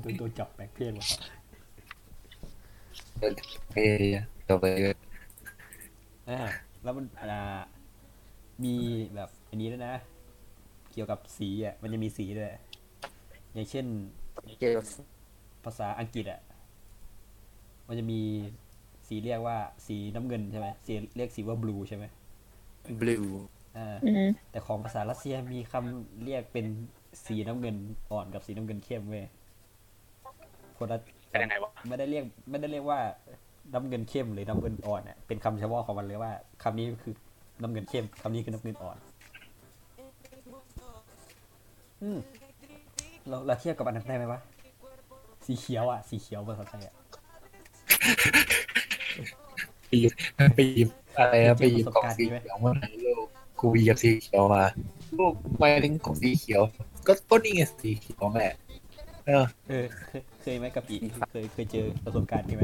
โดนโดนจับแบกเพศว่ะ เออเฮ้ยจบเลย อ่าแล้วมันอ่ามีแบบอันนี้ด้วยนะ เกี่ยวกับสีอ่ะมันจะมีสีด้วยอย่างเช่น เกี่ยวกับ ภาษาอังกฤษอ่ะ มันจะมีสีเรียกว่าสีน้ำเงินใช่ไหมสีเรียกสีว่าบลูใช่ไหม บลู อ่า อืม แต่ของภาษารัสเซียมีคำเรียกเป็นสีน้ำเงินอ่อนกับสีน้ำเงินเข้มเว้ยคนละไม่ได้เรียกไม่ได้เรียกว่าน้ำเงินเข้มหรือน้ำเงินอ่อนอ่ะ เป็นคำเฉพาะของมันเลยว่าคำนี้คือน้ำเงินเข้มคำนี้คือน้ำเงินอ่อน อืมเราเราเทียบกับอันนั้นได้ไหมวะ สีเขียวอ่ะ สีเขียวภาษาไทยอ่ะ ไปหยิบไปหยิบอะไรนะไปหยิบกล่องสีเขียวมาไหนโลกกูไปหยิบสีเขียวมาโลกไปถึงกล่องสีเขียว ก็ก็นี่ไงสีเขียวแม่เออ เออเคยเคยไหมกับปีเคยเคยเจอประสบการณ์นี้ไหม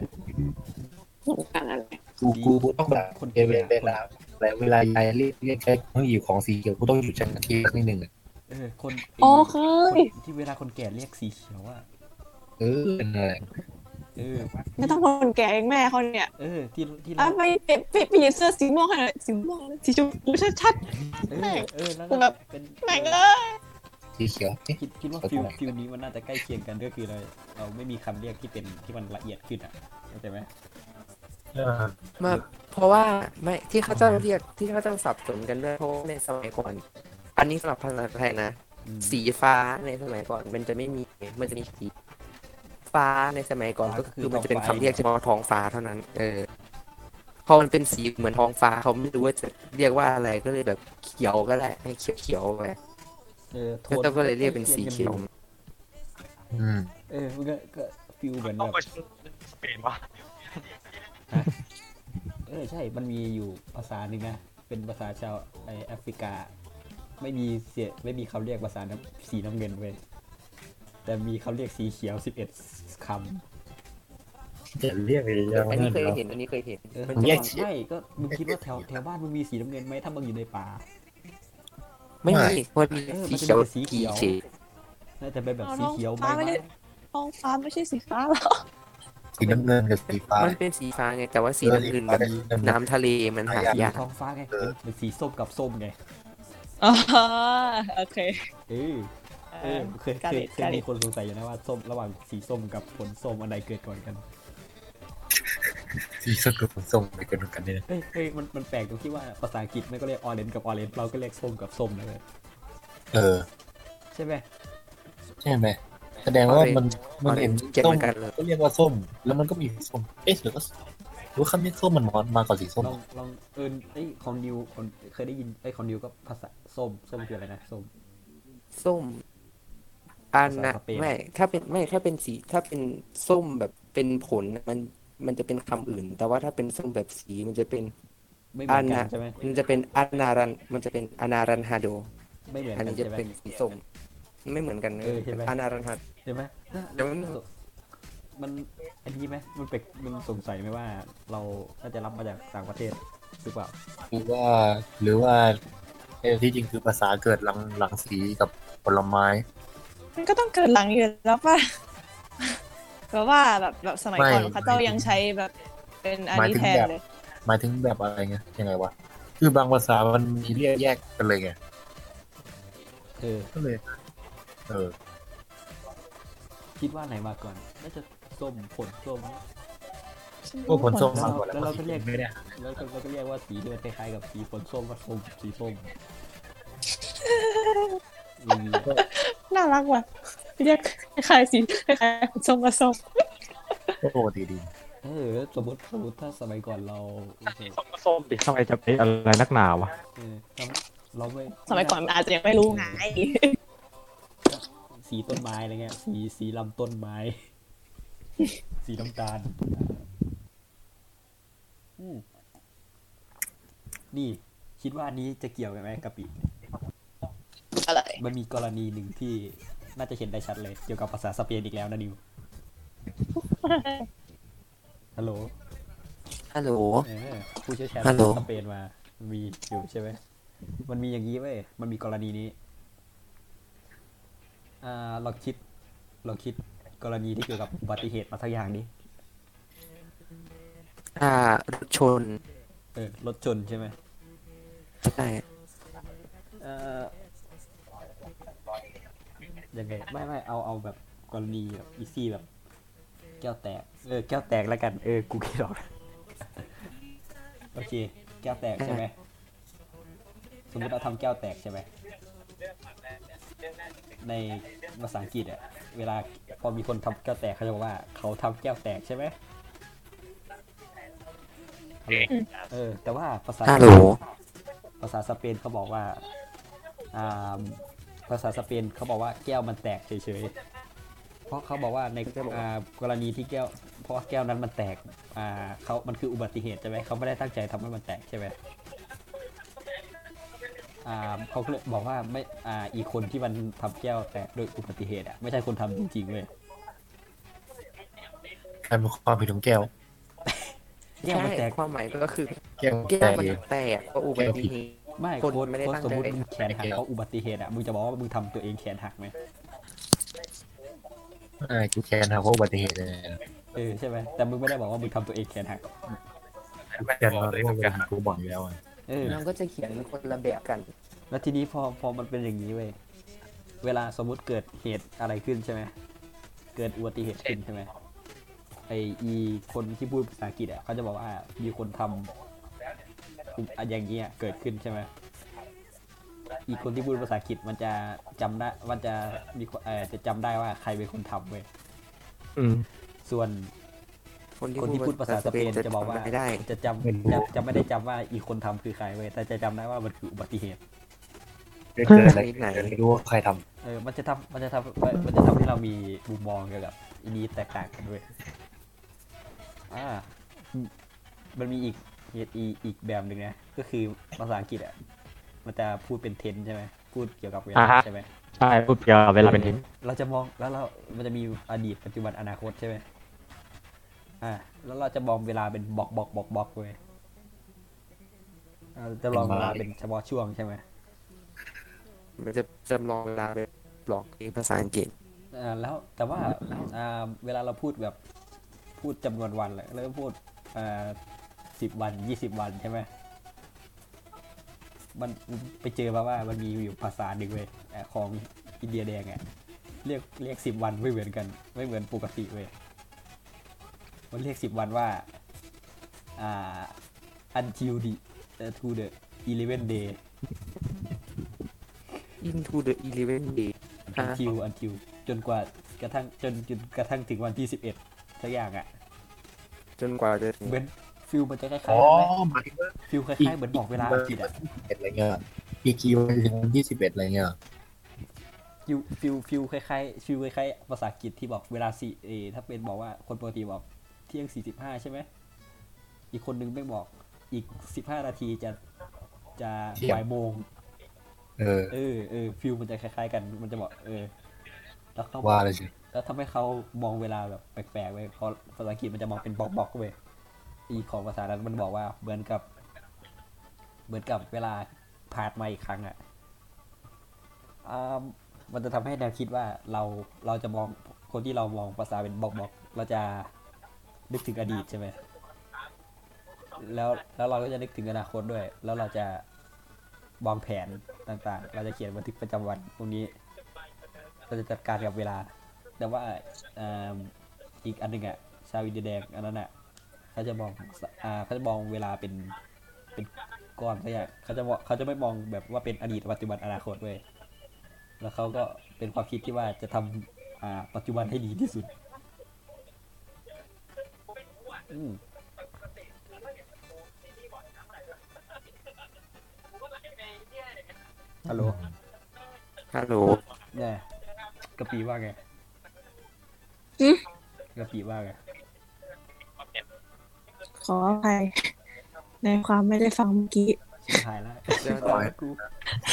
สงการอะไร กูกูกูต้องแบบ คนเก เว เร ลา อะ เวลาแต่เวลายายเรียกเรียกใช้ต้องหยิบของสีเขียวกูต้องหยุดจังนาทีนิดหนึ่งอะ เออคน อ๋อเค คน ย ที่เวลาคนแก่เรียกสีเขียวอ่ะ เออนั่นแหละ เออ ไม่ต้องคนแก่เองแม่เขาเนี่ย เออที่ที่เรา อ่ะไปไปไปเปลี่ยนเสื้อสีม่วงให้หน่อยสีม่วงสีชมพูชัด เออเออแล้ว กูแบบ เป็น ๆแม่งเอ้ย สีเขียวเอ๊ะ คิดคิดว่าฟิล เข้าใจ ฟิลนี้มันน่าจะใกล้เคียงกันก็คือเราเราไม่มีคำเรียกที่เป็นที่มันละเอียดขึ้นอ่ะเข้าใจไหม มาเพราะว่าไม่ที่เขาจะเรียกที่เขาจะสับสนกันด้วยเพราะว่าในสมัยก่อน อันนี้สำหรับภาษาไทยนะ อืม สีฟ้าในสมัยก่อนมันจะไม่มีมันจะมีสีฟ้าในสมัยก่อนก็คือมันจะเป็นคำเรียกเฉพาะท้องฟ้าเท่านั้น เออพอมันเป็นสีเหมือนท้องฟ้าเขาไม่รู้ว่าจะเรียกว่าอะไรก็เลยแบบเขียวก็ได้ให้เขียวเขียวๆไป เออโท แล้วก็เลยเรียกเป็นสีเขียว อืม เออมันก็ก็ฟิลเหมือนแบบ เออใช่ มันมีอยู่ภาษาหนึ่งนะ เป็นภาษาชาวไอแอฟริกา ไม่มีเสียไม่มีคำเรียกภาษาน้ำสีน้ำเงินเว้ย แต่มีคำเรียกสีเขียวสิบเอ็ดค จะเรียกเลยยัง อัน ไง นี้เคย เนาะ เห็นอันนี้เคยเห็น ำเออ มัน แย จะ ก ไม่ก็มึงคิดว่าแถวแถวบ้านมึงมีสีน้ำเงินไหมถ้ามึงอยู่ในป่า ไม่มีมันมี เออ สีเขียว มันจะมีสีเขี กี่ ยว สี น่าจะเป็นแบบสีเขียว เอา ใบ น้องฟ้าไม่ ไม้ ได้ ท้องฟ้าไม่ใช่สีฟ้าหรอก สีน้ำเงินกับสีฟ้า มันเป็นสีฟ้าไงแต่ว่าสีน้ำเงินแบบน้ำทะเลมันหา สี ยาก ท้องฟ้าไง เออ เป็นสีส้มกับส้มไง อ๋อโอเค เออเออเคย กา เค ลิ ย ด เค กาย ลิ มี ด คนสงสัยอยู่นะว่าส้มระหว่างสีส้มกับผลส้มอันใดเกิดก่อนกัน สีสกุลส่งไปกันกันเนี่ยนะ เอ้ยเอ้ยมันมันแปลกตรงที่ว่าภาษาอังกฤษไม่ก็เรียกออเรนกับออเรนเราก็เรียกส้มกับส้มนะเลย เออ ใช่ไหม ใช่ไหมแสดงว่ามันมัน Orange เห็น Jack ส้ม เหมือนกันเลย ก็เรียกว่าส้ม แล้วมันก็มีส้ม เอ๊ะหรือว่าหรือว่าคำนี้ส้มมันมามาก่อนสีส้ม ลองลองเออไอยคอนดิวคอนเคยได้ยินไอยคอนดิวก็ภาษาส้มส้มคืออะไรนะส้ม ส้มอันนะ ภาษาสเปน ไม่ถ้าเป็นไม่ถ้าเป็นสีถ้าเป็นส้มแบบเป็นผลน่ะมันมันจะเป็นคำอื่น แต่ว่าถ้าเป็นส้มแบบสีมันจะเป็น ไม่เหมื อั อนนกั นะ นใช่ไหม มันจะเป็นอานารันมันจะเป็นอานารันฮาโด ไม่เหมือน อัน กัน นี้จะ ใช่ไหม เป็นสีส้มไม่เหมือนกัน เออใช่ไหม อานารันฮา ใช่ไหม เดี๋ยวมัน มันอันนี้ไหมมันเป็นมันสงสัยไหมว่าเราน่าจะรับมาจากต่างประเทศหรือเปล่า หรือว่า หรือว่าเอ้ที่จริงคือภาษาเกิดหลังหลังสีกับผลไม้ มันก็ต้องเกิดหลังอยู่แล้วป่ะ *laughs* แบบว่าแบบแบบสมัยก่อน ไม่ พระเจ้ายังใช้แบบเป็นอันนี้แทนเลย หมายถึงแบบอะไรเงี้ยยังไงวะ คือบางภาษามันมีเรียกแยกกันเลยไง เออ ก็เลย เออ คิดว่าไหนมาก่อนน่าจะส้มผลส้ม พวกผลส้มมากกว่า แล้วเราก็เรียก ไม่ได้ แล้วก็เราก็เรียกว่าสีที่มันคล้ายๆกับสีผลส้มว่าส้มสีส้มอืม น่ารักว่ะเรียกคล้ายๆสีคล้ายๆผลส้มผสม ก็ปกติดี เออสมมติสมมติถ้าสมัยก่อนเรา ส้มดิทำไมจะเป็นอะไรนักหนาวะ เออเราไม่ สมัยก่อนอาจจะยังไม่รู้ไง สีต้นไม้อะไรเงี้ยสีสีลำต้นไม้ *laughs* สีน้ำตาลอืมนี่คิดว่าอันนี้จะเกี่ยวกันไหมกะปิ อะไร มันมีกรณีหนึ่งที่น่าจะเห็นได้ชัดเลย เกี่ยวกับภาษาสเปนอีกแล้วนะ *laughs* นิว ฮัลโหล ฮัลโหล เออผู้เชี่ยวชาญ ฮัลโหล สเปนมา มีอยู่ใช่ไหม มันมีอย่างนี้เว้ย มันมีกรณีนี้ อ่าลองคิดลองคิดกรณีที่เกี่ยวกับอุบัติเหตุมาสักอย่างนี้ อ่ารถชน เออรถชนใช่ไหม ใช่ เออยังไงไม่ไม่เอาเอาแบบกรณีแบบอีซี่แบบ แก้วแตก เออ แก้วแตกแล้วกัน เออ กูคิดออกโอเค แก้วแตกใช่ไหมสมมติเราทำแก้วแตกใช่ไหมในภาษาอังกฤษอะเวลาพอมีคนทำแก้วแตกเขาจะบอกว่า เขาทำแก้วแตกใช่ไหมเออ แต่ว่าภาษา ฮัลโหล ภาษาสเปนเขาบอกว่าอ่าภาษาสเปนเขาบอกว่าแก้วมันแตกเฉยๆ เพราะเขาบอกว่าในอ่ากรณีที่แก้ว เพราะว่าแก้วนั้นมันแตกอ่าเขามันคืออุบัติเหตุใช่ไหมเขาไม่ได้ตั้งใจทำให้มันแตกใช่ไหมอ่าเขาก็เลยบอกว่าไม่อ่าอีกคนที่มันทำแก้วแตกโดยอุบัติเหตุอ่ะไม่ใช่คนทำจริงๆเว้ย ใครเป็นความผิดของแก้ว แก้วมัน ใช่ แตก ความหมายก็คือ แก้ว แก้ว แต่ มัน ดี แตกเพราะอุบัติเหตุ ไม่ คน คน ไม่ได้ คน ตั้ง สมมติ ใจ มึงแขนหัก แก้ว เพราะอุบัติเหตุอ่ะมึงจะบอกว่ามึงทำตัวเองแขนหักไหม ไอ้กูแคนทำเพราะอุบัติเหตุเลย เออใช่ไหมแต่มึงไม่ได้บอกว่ามึงทำตัวเองแขนหัก แคนเราเรียกว่ากูบอกอยู่แล้วอะ เออ มันก็จะเขียนคนละแบบกัน แล้วทีนี้พอพอมันเป็นอย่างนี้เว้ย เวลาสมมติเกิดเหตุอะไรขึ้นใช่ไหม เกิดอุบัติเหตุขึ้นใช่ไหมไออีคนที่พูดภาษาอังกฤษอ่ะเขาจะบอกว่ามีคนทำอุบอะอย่างเงี้ยเกิดขึ้นใช่ไหมอีกคนที่พูดภาษาอังกฤษมันจะจำได้มันจะมีคนเออจะจำได้ว่าใครเป็นคนทำเว้ย อืม ส่วน คน คนที่ ที่ พูดภาษาสเปนจะบอกว่า ไม่ได้ จะจำจะจะไม่ได้จำว่าอีกคนทำคือใครเว้ย แต่จะจำได้ว่ามันคืออุบัติเหตุ เกิดอะไร ไหน ไม่รู้ว่าใครท เออ มันจะทำมันจะทำเอ่อมันจะทำให้เรามีมุมมองเกี่ยวกับอันนี้แตกต่างกันด้วย อ่า มันมีอีกเหตุอีกอีกแบบหนึ่งนะ ก็คือภาษาอังกฤษอ่ะ มันจะพูดเป็นเทนใช่ไหม พูดเกี่ยวกับเวลา อ่าฮะ ใช่ไหม ใช่พูดเกี่ยวกับเวลาเป็นทิ้ง เราจะมอง แล้วเรา มันจะมีอดีต ปัจจุบัน อนาคตใช่ไหมอ่า แล้วเราจะมองเวลาเป็นบล็อกบล็อกบล็อกบล็อกเว้ยอ่าจะมองเวลาเป็นเฉพาะช่วงใช่ไหม มันจะจำลองเวลาเป็นบล็อกในภาษาอังกฤษ อ่าแล้วแต่ว่าอ่าเวลาเราพูดแบบพูดจำนวนวันแหละแล้วพูดอ่าสิบวันยี่สิบวันใช่ไหมมันไปเจอมาว่ามันมีอยู่ภาษาหนึ่งเว้ยเอ่อของอินเดียแดงอะเรียกเรียกสิบวันไม่เหมือนกัน ไม่เหมือนปกติเว้ยมันเรียกสิบวันว่าอ่า until the to the eleven day into the eleven day อันทิวอันทิวจนกว่ากระทั่งจนจนกระทั่งถึงวันที่สิบเอ็ดสักอย่างอ่ะ จนกว่าจะถึง เหมือนฟิลมันจะคล้ายๆ อ๋อ กันไหม หมายถึงว่า ฟิลคล้ายๆเหมือนบอกเวลาอังกฤษอ่ะ เอ็ดอะไรเงี้ยอีกกี่วันถึงวันที่สิบเอ็ดอะไรเงี้ย ฟิลฟิลฟิลคล้ายๆฟิลคล้ายๆภาษาอังกฤษที่บอกเวลาสี่เออถ้าเป็นบอกว่าคนปกติบอกเที่ยงสี่สิบห้าใช่ไหมอีกคนนึงไม่บอกอีกสิบห้านาทีจะจะบ่ายโมง เออ เออเออฟิลมันจะคล้ายๆกัน มันจะบอกเออ แล้วเขา ว่าเลยสิ แล้วทำให้เขามองเวลาแบบแปลกๆเว้ยเพราะภาษาอังกฤษมันจะมองเป็นบล็อกๆเว้ยอีของภาษานั้นมันบอกว่าเหมือนกับ เหมือนกับเวลาผ่านมาอีกครั้งอ่ะอ่ามันจะทำให้แนวคิดว่าเราเราจะมองคนที่เรามองภาษาเป็นบล็อกๆเราจะนึกถึงอดีตใช่ไหมแล้วแล้วเราก็จะนึกถึงอนาคตด้วย แล้วเราจะ วางแผนต่างๆ เราจะเขียนบันทึกประจำวันพวกนี้ เราจะจัดการกับเวลา แต่ว่าเอิ่มอีกอันหนึ่งอ่ะ ชาวอินเดียแดงอันนั้นอ่ะ เขาจะมองอ่าเขาจะมองเวลาเป็น เป็นก้อนซะอย่างเขาจะมองเขาจะไม่มองแบบว่าเป็นอดีตปัจจุบันอนาคตเว้ย แล้วเขาก็เป็นความคิดที่ว่าจะทำอ่า ปัจจุบันให้ดีที่สุด อืม ฮัลโหล ฮัลโหล เนี่ยกะปีว่าไง อืม กะปีว่าไง ขออภัยในความไม่ได้ฟังเมื่อกี้ ชิบหายแล้วเดี๋ยวตามกู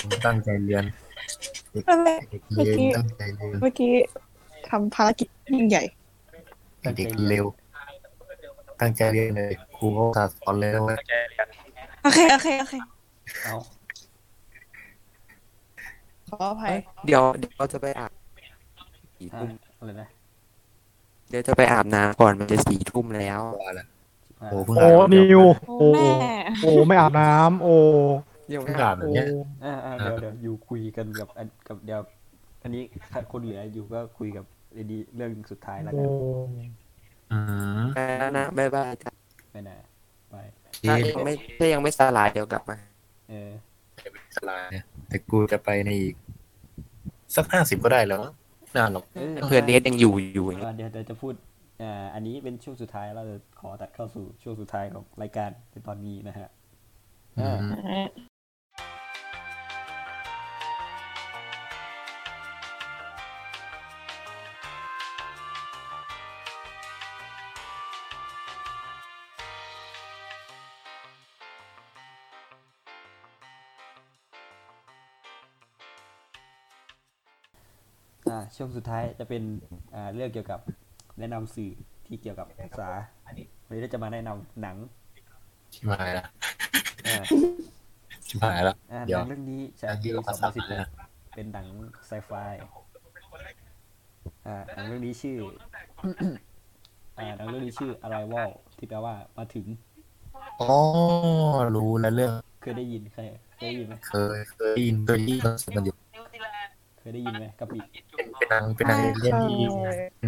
ผมตั้งใจเรียน ไม่เป็นไร เด็กเรียน เมื่อกี้ ตั้งใจเรียน เมื่อกี้ทำภารกิจยิ่งใหญ่ เด็กเร็ว ตั้งใจเรียนเลยครูเขาสอนเลยนะเว่า โอเค โอเค โอเค เอา ขออภัย เดี๋ยวเดี๋ยวจะไปอาบสี่ ฮะ ทุ่ม อะไรนะ เดี๋ยวจะไปอาบน้ำก่อนมันจะสี่ทุ่มแล้ว ว่าแล้ว ชิบหาย โอ้เพิ่ง โอ้ อ่าน นิว โอ้ โอ้ แม่ โอ้ไม่อาบน้ำโอ้ ยัง เพิ่งไม่อา อ่า บ นอย่างเงี้ย อ่าอ่าเดี๋ยวเดี๋ยวอยู่คุยกันกับอันกับเดี๋ยว อันนี้คนเหลืออยู่ก็คุยกับเรดีเรื่องสุดท้ายแล้ว โอ้ กัน อืม ไปแล้วนะบ๊ายบายจ้ะ ไม่น่าไป ที่ ถ้ายังไม่ถ้ายังไม่สลายเดี๋ยวกลับมา เออ สลายเนี่ยแต่กูจะไปในอีก สักห้าสิบก็ได้แล้วมั้งไม่นานหรอก เออ เพื่อนเนสยังอยู่อยู่อย่างเงี้ย อ่าเดี๋ยวเดี๋ยวจะพูดอ่าอันนี้เป็นช่วงสุดท้ายเราจะขอตัดเข้าสู่ช่วงสุดท้ายของรายการในตอนนี้นะฮะอ่า อ่าช่วงสุดท้ายจะเป็นอ่าเรื่องเกี่ยวกับแนะนำสื่อที่เกี่ยวกับภาษาวันนี้เราจะมาแนะนำหนัง ชิบหายละ อ่า ชิบหายละ อ่าห เดี๋ย นั ว งเรื่องนี้ฉาย อัน ปี ที่เรา สอภาง ษา พันสิบ อะไรนะ เป็นหนังไซไฟอ่าหนังเรื่องนี้ชื่อ *coughs* อ่าหนังเรื่องนี้ชื่อ Arrival ที่แปลว่ามาถึง อ๋อ รู้แล้วเรื่อง เคยได้ยินเคยเคยได้ยินไหม เคยเคยได้ยินเคยได้ยินคอนเสิร์ตมันอยู่ เคยได้ยินไหมกะปิ เป็นเป็นนางเป็นนางเอเลี่ยนที่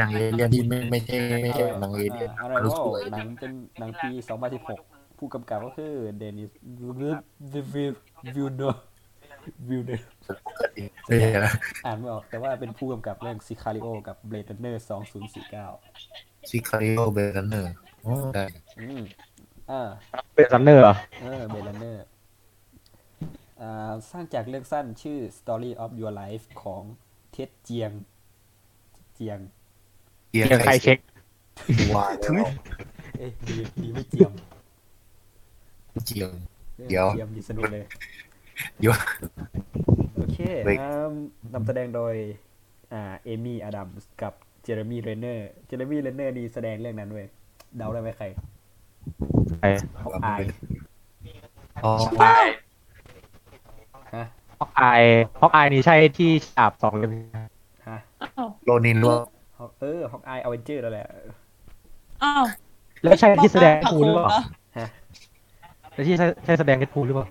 นางเอเลี่ยนที่ไม่ไม่ใช่ไม่ใช่แบบนางเอเลี่ยน อ่า รู้ Arrival สวย หนังเป็นหนังปี 2016 ผู้กำกับก็คือเดนิสวิวโนวิวโน ปกติไม่ใช่ละ อ่านไม่ออกแต่ว่าเป็นผู้กำกับเรื่องซิคาริโอกับเบ a ดเนอร์สองศูนย์สี่เก้า ซิคาริโอเบอร์เนอร์อ๋อได้ อืมอ่า เป็นซันเนอร์เหรอ เออเบ a ดเนอร์อ่าสร้างจากเรื่องสั้นชื่อ Story of Your Life ของเท็ดเจียง เจียง เกีย เกียร์ ร์ ใครเช็ค วาแล้ว เอ๊ะดีดีไม่เจียม เจียง ออ เดี๋ยว เจียมดีสนุกเลย เดี๋ยว โอเค เว้ย อ่านำแสดงโดยอ่าเอมี่อดัมส์กับเจเรมี่เรนเนอร์เจเรมี่เรนเนอร์นี่แสดงเรื่องนั้นเว้ยเดาได้ไหมใคร ใคร ฮอกอาย อ๋อ ฮะ ฮอกอายฮอกอายนี่ใช่ที่ฉาบสองเล่ม ฮะ โรนินรู้ ฮอกเออฮอกอายอเวนเจอร์นั่นแหละ อ้าว แล้วใช่ที่แสดงทูหรือเป ผัก ล่า โขม แล้วที่ใช่ใช่แสดงทูหรือเปล่า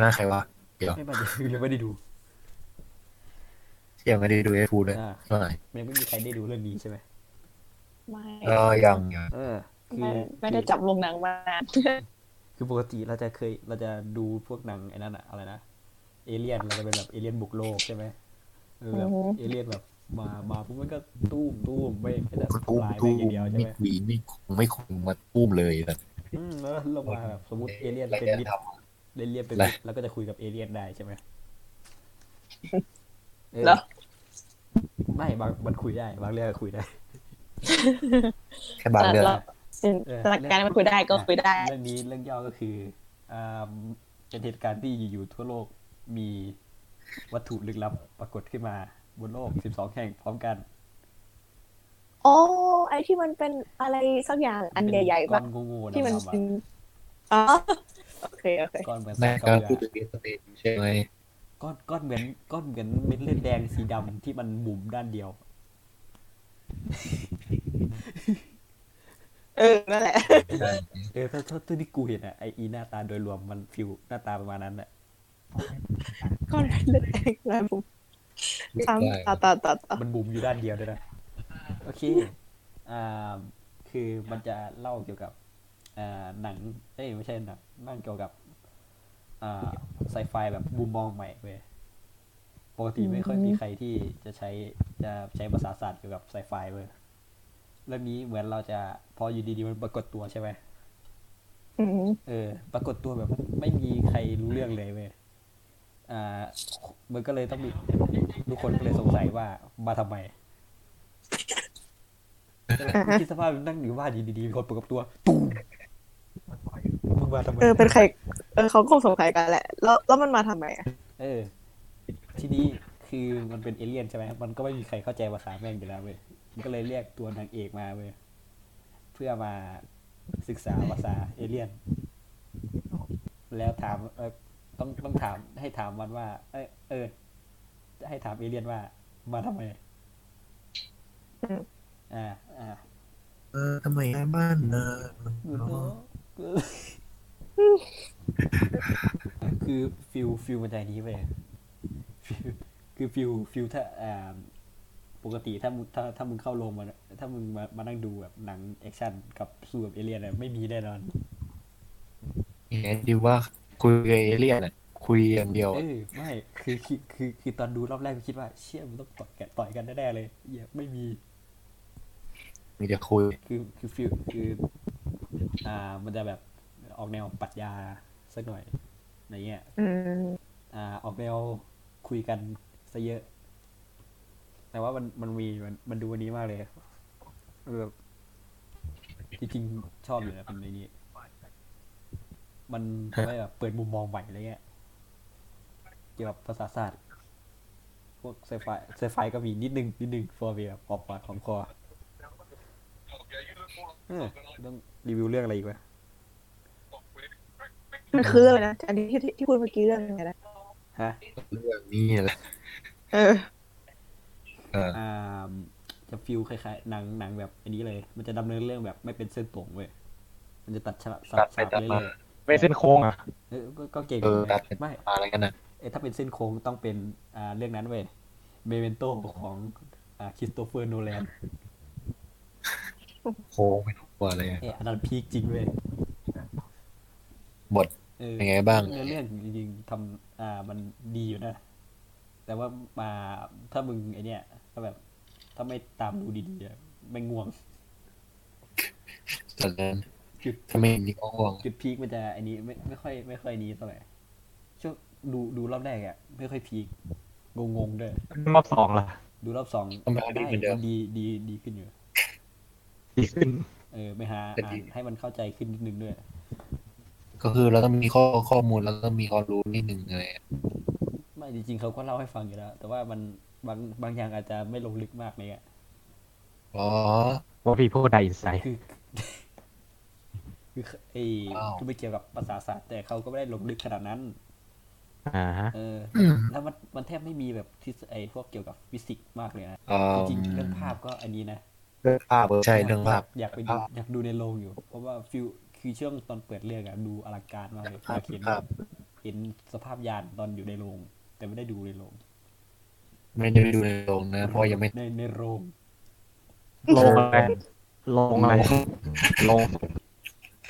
น่าใครวะเดี๋ยว ไม่มาดู *laughs* ยังไม่ได้ดู เชี่ยไม่ได้ดูไอ้ฟูเลย อ่า เท่าไหร่ มันไม่มีใครได้ดูเรื่องนี้ใช่ไหม ไม่ เออยังยัง เออคือ ไม่ไม่ได้จับลงหนังมานาน คือปกติเราจะเคยเราจะดูพวกหนังไอ้นั่นอะอะไรนะ เอเลี่ยนมันจะเป็นแบบเอเลี่ยนบุกโลกใช่ไหมเออแบบ อือฮึ เอเลี่ยนแบบมามาปุ๊บมันก็ตู้มตู้มไม่ไม่ได้ ก็ ทำ ตุ้ม ลายไม่ ตุ้ม อย่างเดียวใช่ ไม่ ไหม หวีไม่คงไม่คงมาตุ้มเลยนะ อืมแล้วลงมาแบบสมมติเอเลี่ยน ไร เป็น จะ มิตร ทำ เอเลี่ยนเป็น แล้ มิ ว ตรแล้วก็จะคุยกับเอเลี่ยนได้ใช่ไหมเออ เหรอ ไม่บางมันคุยได้บางเรื่องก็คุยได้ แค่บางเรื่อง เราจินตนาการมันคุยได้ก็คุยได้ เรื่องนี้เรื่องย่อก็คืออ่าเป็นเหตุการณ์ที่อยู่ๆทั่วโลกมีวัตถุลึกลับปรากฏขึ้นมาบนโลก 12 แห่งพร้อมกัน โอ้ไอที่มันเป็นอะไรสักอย่างอันใหญ่ก้ๆแบ อบ นงูๆ ที่มัน ดำๆอะ เป็นอ๋อโอเคโอเค ก้อนเหมือน แม่ สัตว์ กำลั เกาง พูดถึงเรียนสเตนใช่ไหม ก้อนก้อนเหมือนก้อนเหมือนเม็ดเลือดแดงสีดำที่มันบุ๋มด้านเดียว เออ นั่นแหละ เออถ้าถ้าถ้าที่กูเห็นอะไออีหน้าตาโดยรวมมันฟิวหน้าตาประมาณนั้นแหละ ก้อนเล็กๆแล้วผมตามต่อต่อต่อต่อ มันบุ๋มอยู่ด้านเดียวด้วยนะโอเคอ่าคือมันจะเล่าเกี่ยวกับอ่าหนังเอ้ยไม่ใช่หนังนั่งเกี่ยวกับอ่าไซไฟแบบมุมมองใหม่เว้ยปกติไม่ค่อยมีใครที่จะใช้จะใช้ภาษาศาสตร์เกี่ยวกับไซไฟเว้ยเรื่องนี้เหมือนเราจะพออยู่ดีๆมันปรากฏตัวใช่ไหม อืม เออ ปรากฏตัวแบบไม่มีใครรู้เรื่องเลยเว้ย อ่า มันก็เลยต้องมีทุกคนก็เลยสงสัยว่ามาทำไมคิดสภาพนั่งอยู่บ้านอยู่ดีๆมีคนปรากฏตัว ตูมมึงมาทำไม เออ เป็นใคร เออเขาคงสงสัยกันแหละ แล้วแล้วมันมาทำไมอ่ะ เออ ทีนี้คือมันเป็นเอเลี่ยนใช่ไหมมันก็ไม่มีใครเข้าใจภาษาแม่งอยู่แล้วเว้ย มันก็เลยเรียกตัวนางเอกมาเว้ย เพื่อมาศึกษาภาษาเอเลี่ยน แล้วถามเออต้องต้องถามให้ถามมันว่า เออเออ จะให้ถามเอเลี่ยนว่า มาทำไม อืม อ่าอ่า เออทำไมย้ายบ้านนะ คือฟิลฟิลมันใจนี้ไปฟิลคือฟิลฟิลถ้าอ่าปกติถ้ามึงถ้าถ้ามึงเข้าโรงมาถ้ามึงมามานั่งดูแบบหนังแอคชั่นกับสู้กับเอเลี่ยนอะไม่มีแน่นอน แง่ดีว่าคุยกับเอเลี่ยนอะคุยอย่างเดียว เออไม่คือคือคือคือตอนดูรอบแรกก็คิดว่า เชี่ยมันต้องต่อยกันต่อยกันแน่ๆเลยเหี้ยไม่มี มีแต่คุย คือคือฟิลคือ อ่า มันจะแบบออกแนวปรัชญาสักหน่อยอะไรเงี้ย อืม อ่าออกแนวคุยกันซะเยอะ แต่ว่ามันมันมีมันมันดูวันนี้มากเลยมันแบบจริงๆชอบอยู่นะเป็นในนี้ มันทำให้แบบเปิดมุมมองใหม่อะไรเงี้ยเกี่ยวกับภาษาศาสตร์พวกไซไฟไซไฟก็มีนิดนึงนิดนึงฟอร์เบียออกปากของคอเออต้องรีวิวเรื่องอะไรอีกไหม มันคืออะไรนะ อันนี้ที่ที่ที่พูดเมื่อกี้เรื่องอะไรนะ ฮะ เรื่องนี้แหละ เออ เออ อ่าจะฟิลคล้ายๆหนังหนังแบบอันนี้เลย มันจะดำเนินเรื่องแบบไม่เป็นเส้นตรงเว้ย มันจะตัดฉาก ตัดไปตัดมา ไม่เส้นโค้งอ่ะ เอยก็ก็เก่ง เออ นะ ตัดไป ไม่ อะไรกันนะ เอยถ้าเป็นเส้นโค้งต้องเป็นอ่าเรื่องนั้นเว้ยเมเ e นโตของอ่าคริสโตเฟอร์โนแลน โค้งไม่รู้ว่าอะไรอะ เอยอันนั้นพีคจริงเว้ย บท เออ เป็นไงบ้าง เนื้อเรื่องจริงๆทำอ่ามันดีอยู่นะ แต่ว่ามาถ้ามึงไอเนี้ยถ้าแบบ ถ้าไม่ตามดูดีๆอะแม่งง่วง จากนั้น จุด ทำไมมีอ้วง จุดพีคมันจะอันนี้ไม่ไม่ค่อยไม่ค่อยนี้เท่าไหร่ช่วงดูดูรอบแรกอะไม่ค่อยพีคงงงๆด้วย รอบสองล่ะ ดูรอบสอง ทำไมดีเหมือนเดิม ดีดีดีขึ้นอยู่ ดีขึ้น เออไปหา แต่ อ่า ดี นให้มันเข้าใจขึ้นนิดนึงด้วย ก็คือเราต้องมีข้อข้อมูลแล้วก็มีความรู้นิดนึงอะไรอะ ไม่จริงๆเขาก็เล่าให้ฟังอยู่แล้ว แต่ว่ามันบางบางอย่างอาจจะไม่ลงลึกมากเลยอะ อ๋อ ว่าพี่พูดได้อินไซ คือ คือไอ้ อ้าว คือไม่เกี่ยวกับภาษาศาสตร์ แต่เขาก็ไม่ได้ลงลึกขนาดนั้น อ่าฮะ เออ อืม แล้วมันมันแทบไม่มีแบบทฤษไอ้พวกเกี่ยวกับฟิสิกส์มากเลยนะ อ๋อ จริงๆเรื่องภาพก็อันนี้นะ เรื่องภาพเออใช่เรื่องภาพ อยากไปดูอยากดูในโรงอยู่ เพราะว่าฟิลคือช่วงตอนเปิดเรื่องอะดูอลังการมากเลย ครับ อยากเห็น ครับ เห็นสภาพยานตอนอยู่ในโรง แต่ไม่ได้ดูในโรง ไม่ได้ไปดูในโรงนะเพราะยังไม่ ในในโรง ลงอะไรลงอะไรลง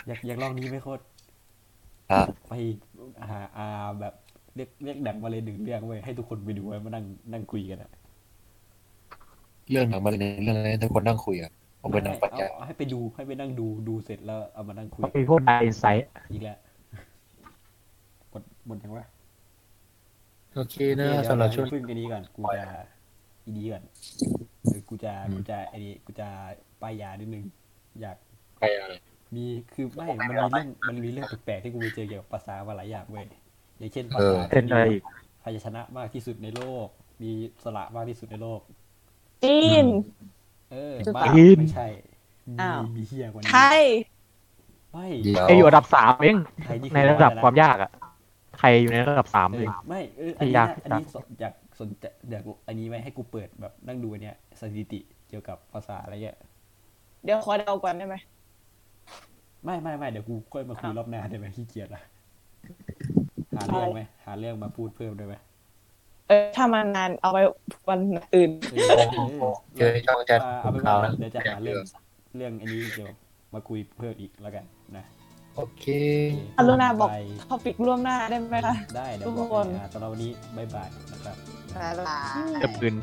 อยากอยากลองนี้ไหมโคตร ครับ ไปหาอาแบบ เรียกเรียกหนังมาเลยหนึ่งเรื่องเว้ยให้ทุกคนไปดูไว้มานั่งนั่งคุยกันอะ เรื่องหนังมาเลยเรื่องอะไรทุกคนนั่งคุยอ่ะผมเป็นนักปรัญญา เอาเอาให้ไปดูให้ไปนั่งดูดูเสร็จแล้วเอามานั่งคุย ก็มีพวกไอินไซต์ อีกแล้วหมดหมดยังวะ โอเคนะสำหรับช่วง เดี๋ยเาให้พึ่งอันนี้ก่อนกูจะอีนี้ก่อนหรือกูจะ อืม กูจะไอ้นี้กูจะป้ายยานิดนึงอยาก ไปอะไร มีคือไม่ มันมีเรื่อง มันมีเรื่องแปลกๆที่กูไปเจอเกี่ยวกับภาษามาหลายอย่างเว้ย อย่างเช่นภา เอ ษา อ เป็นอะไรอีก พยัญชนะมากที่สุดในโลก มีสระมากที่สุดในโลก จีน เออ จุด บ้า จีน ไม่ใช่ มี อ้าว มีเฮียกว่านี้ ไทย ไม่ เดี๋ยว ไออยู่อันดับสามเอง ไทยนี่คือ ในระดับความยากอะใครอยู่ในระดับสาม เอ เอ อง ไม่เอออันนี้ ยา นะ ก อันนี้สนอยากสนใจเดี๋ยวกูอันนี้ไว้ให้กูเปิดแบบนั่งดูอันเนี้ยสถิติเกี่ยวกับภาษาอะไรเงี้ย เดี๋ยวขอเดาก่อนได้ไหม ไม่ไม่ไม่เดี๋ยวกูค่อยมาคุย อ้าว รอบหน้าได้ไหมขี้เกียจละหาเรื่องไหมหาเรื่องมาพูดเพิ่มได้ไหม เออถ้ามานานเอาไปวันอื่น เออ เจอช่องแชท เอา ของ เป็น เขา ว่า นะ เดี๋ยวจะหาเรื่องเรื่องอันนี้เดี๋ยวมาคุยเพิ่มอีกแล้วกันนะ โอเค อรุณาบอก ไป ๆ ท็อปิกร่วมหน้าได้ไหมคะ ได้เดี๋ยว ทุ บอก ก คน นะสำหรับวันนี้ บ๊ายบายนะครับ บ๊ายบาย จะปืน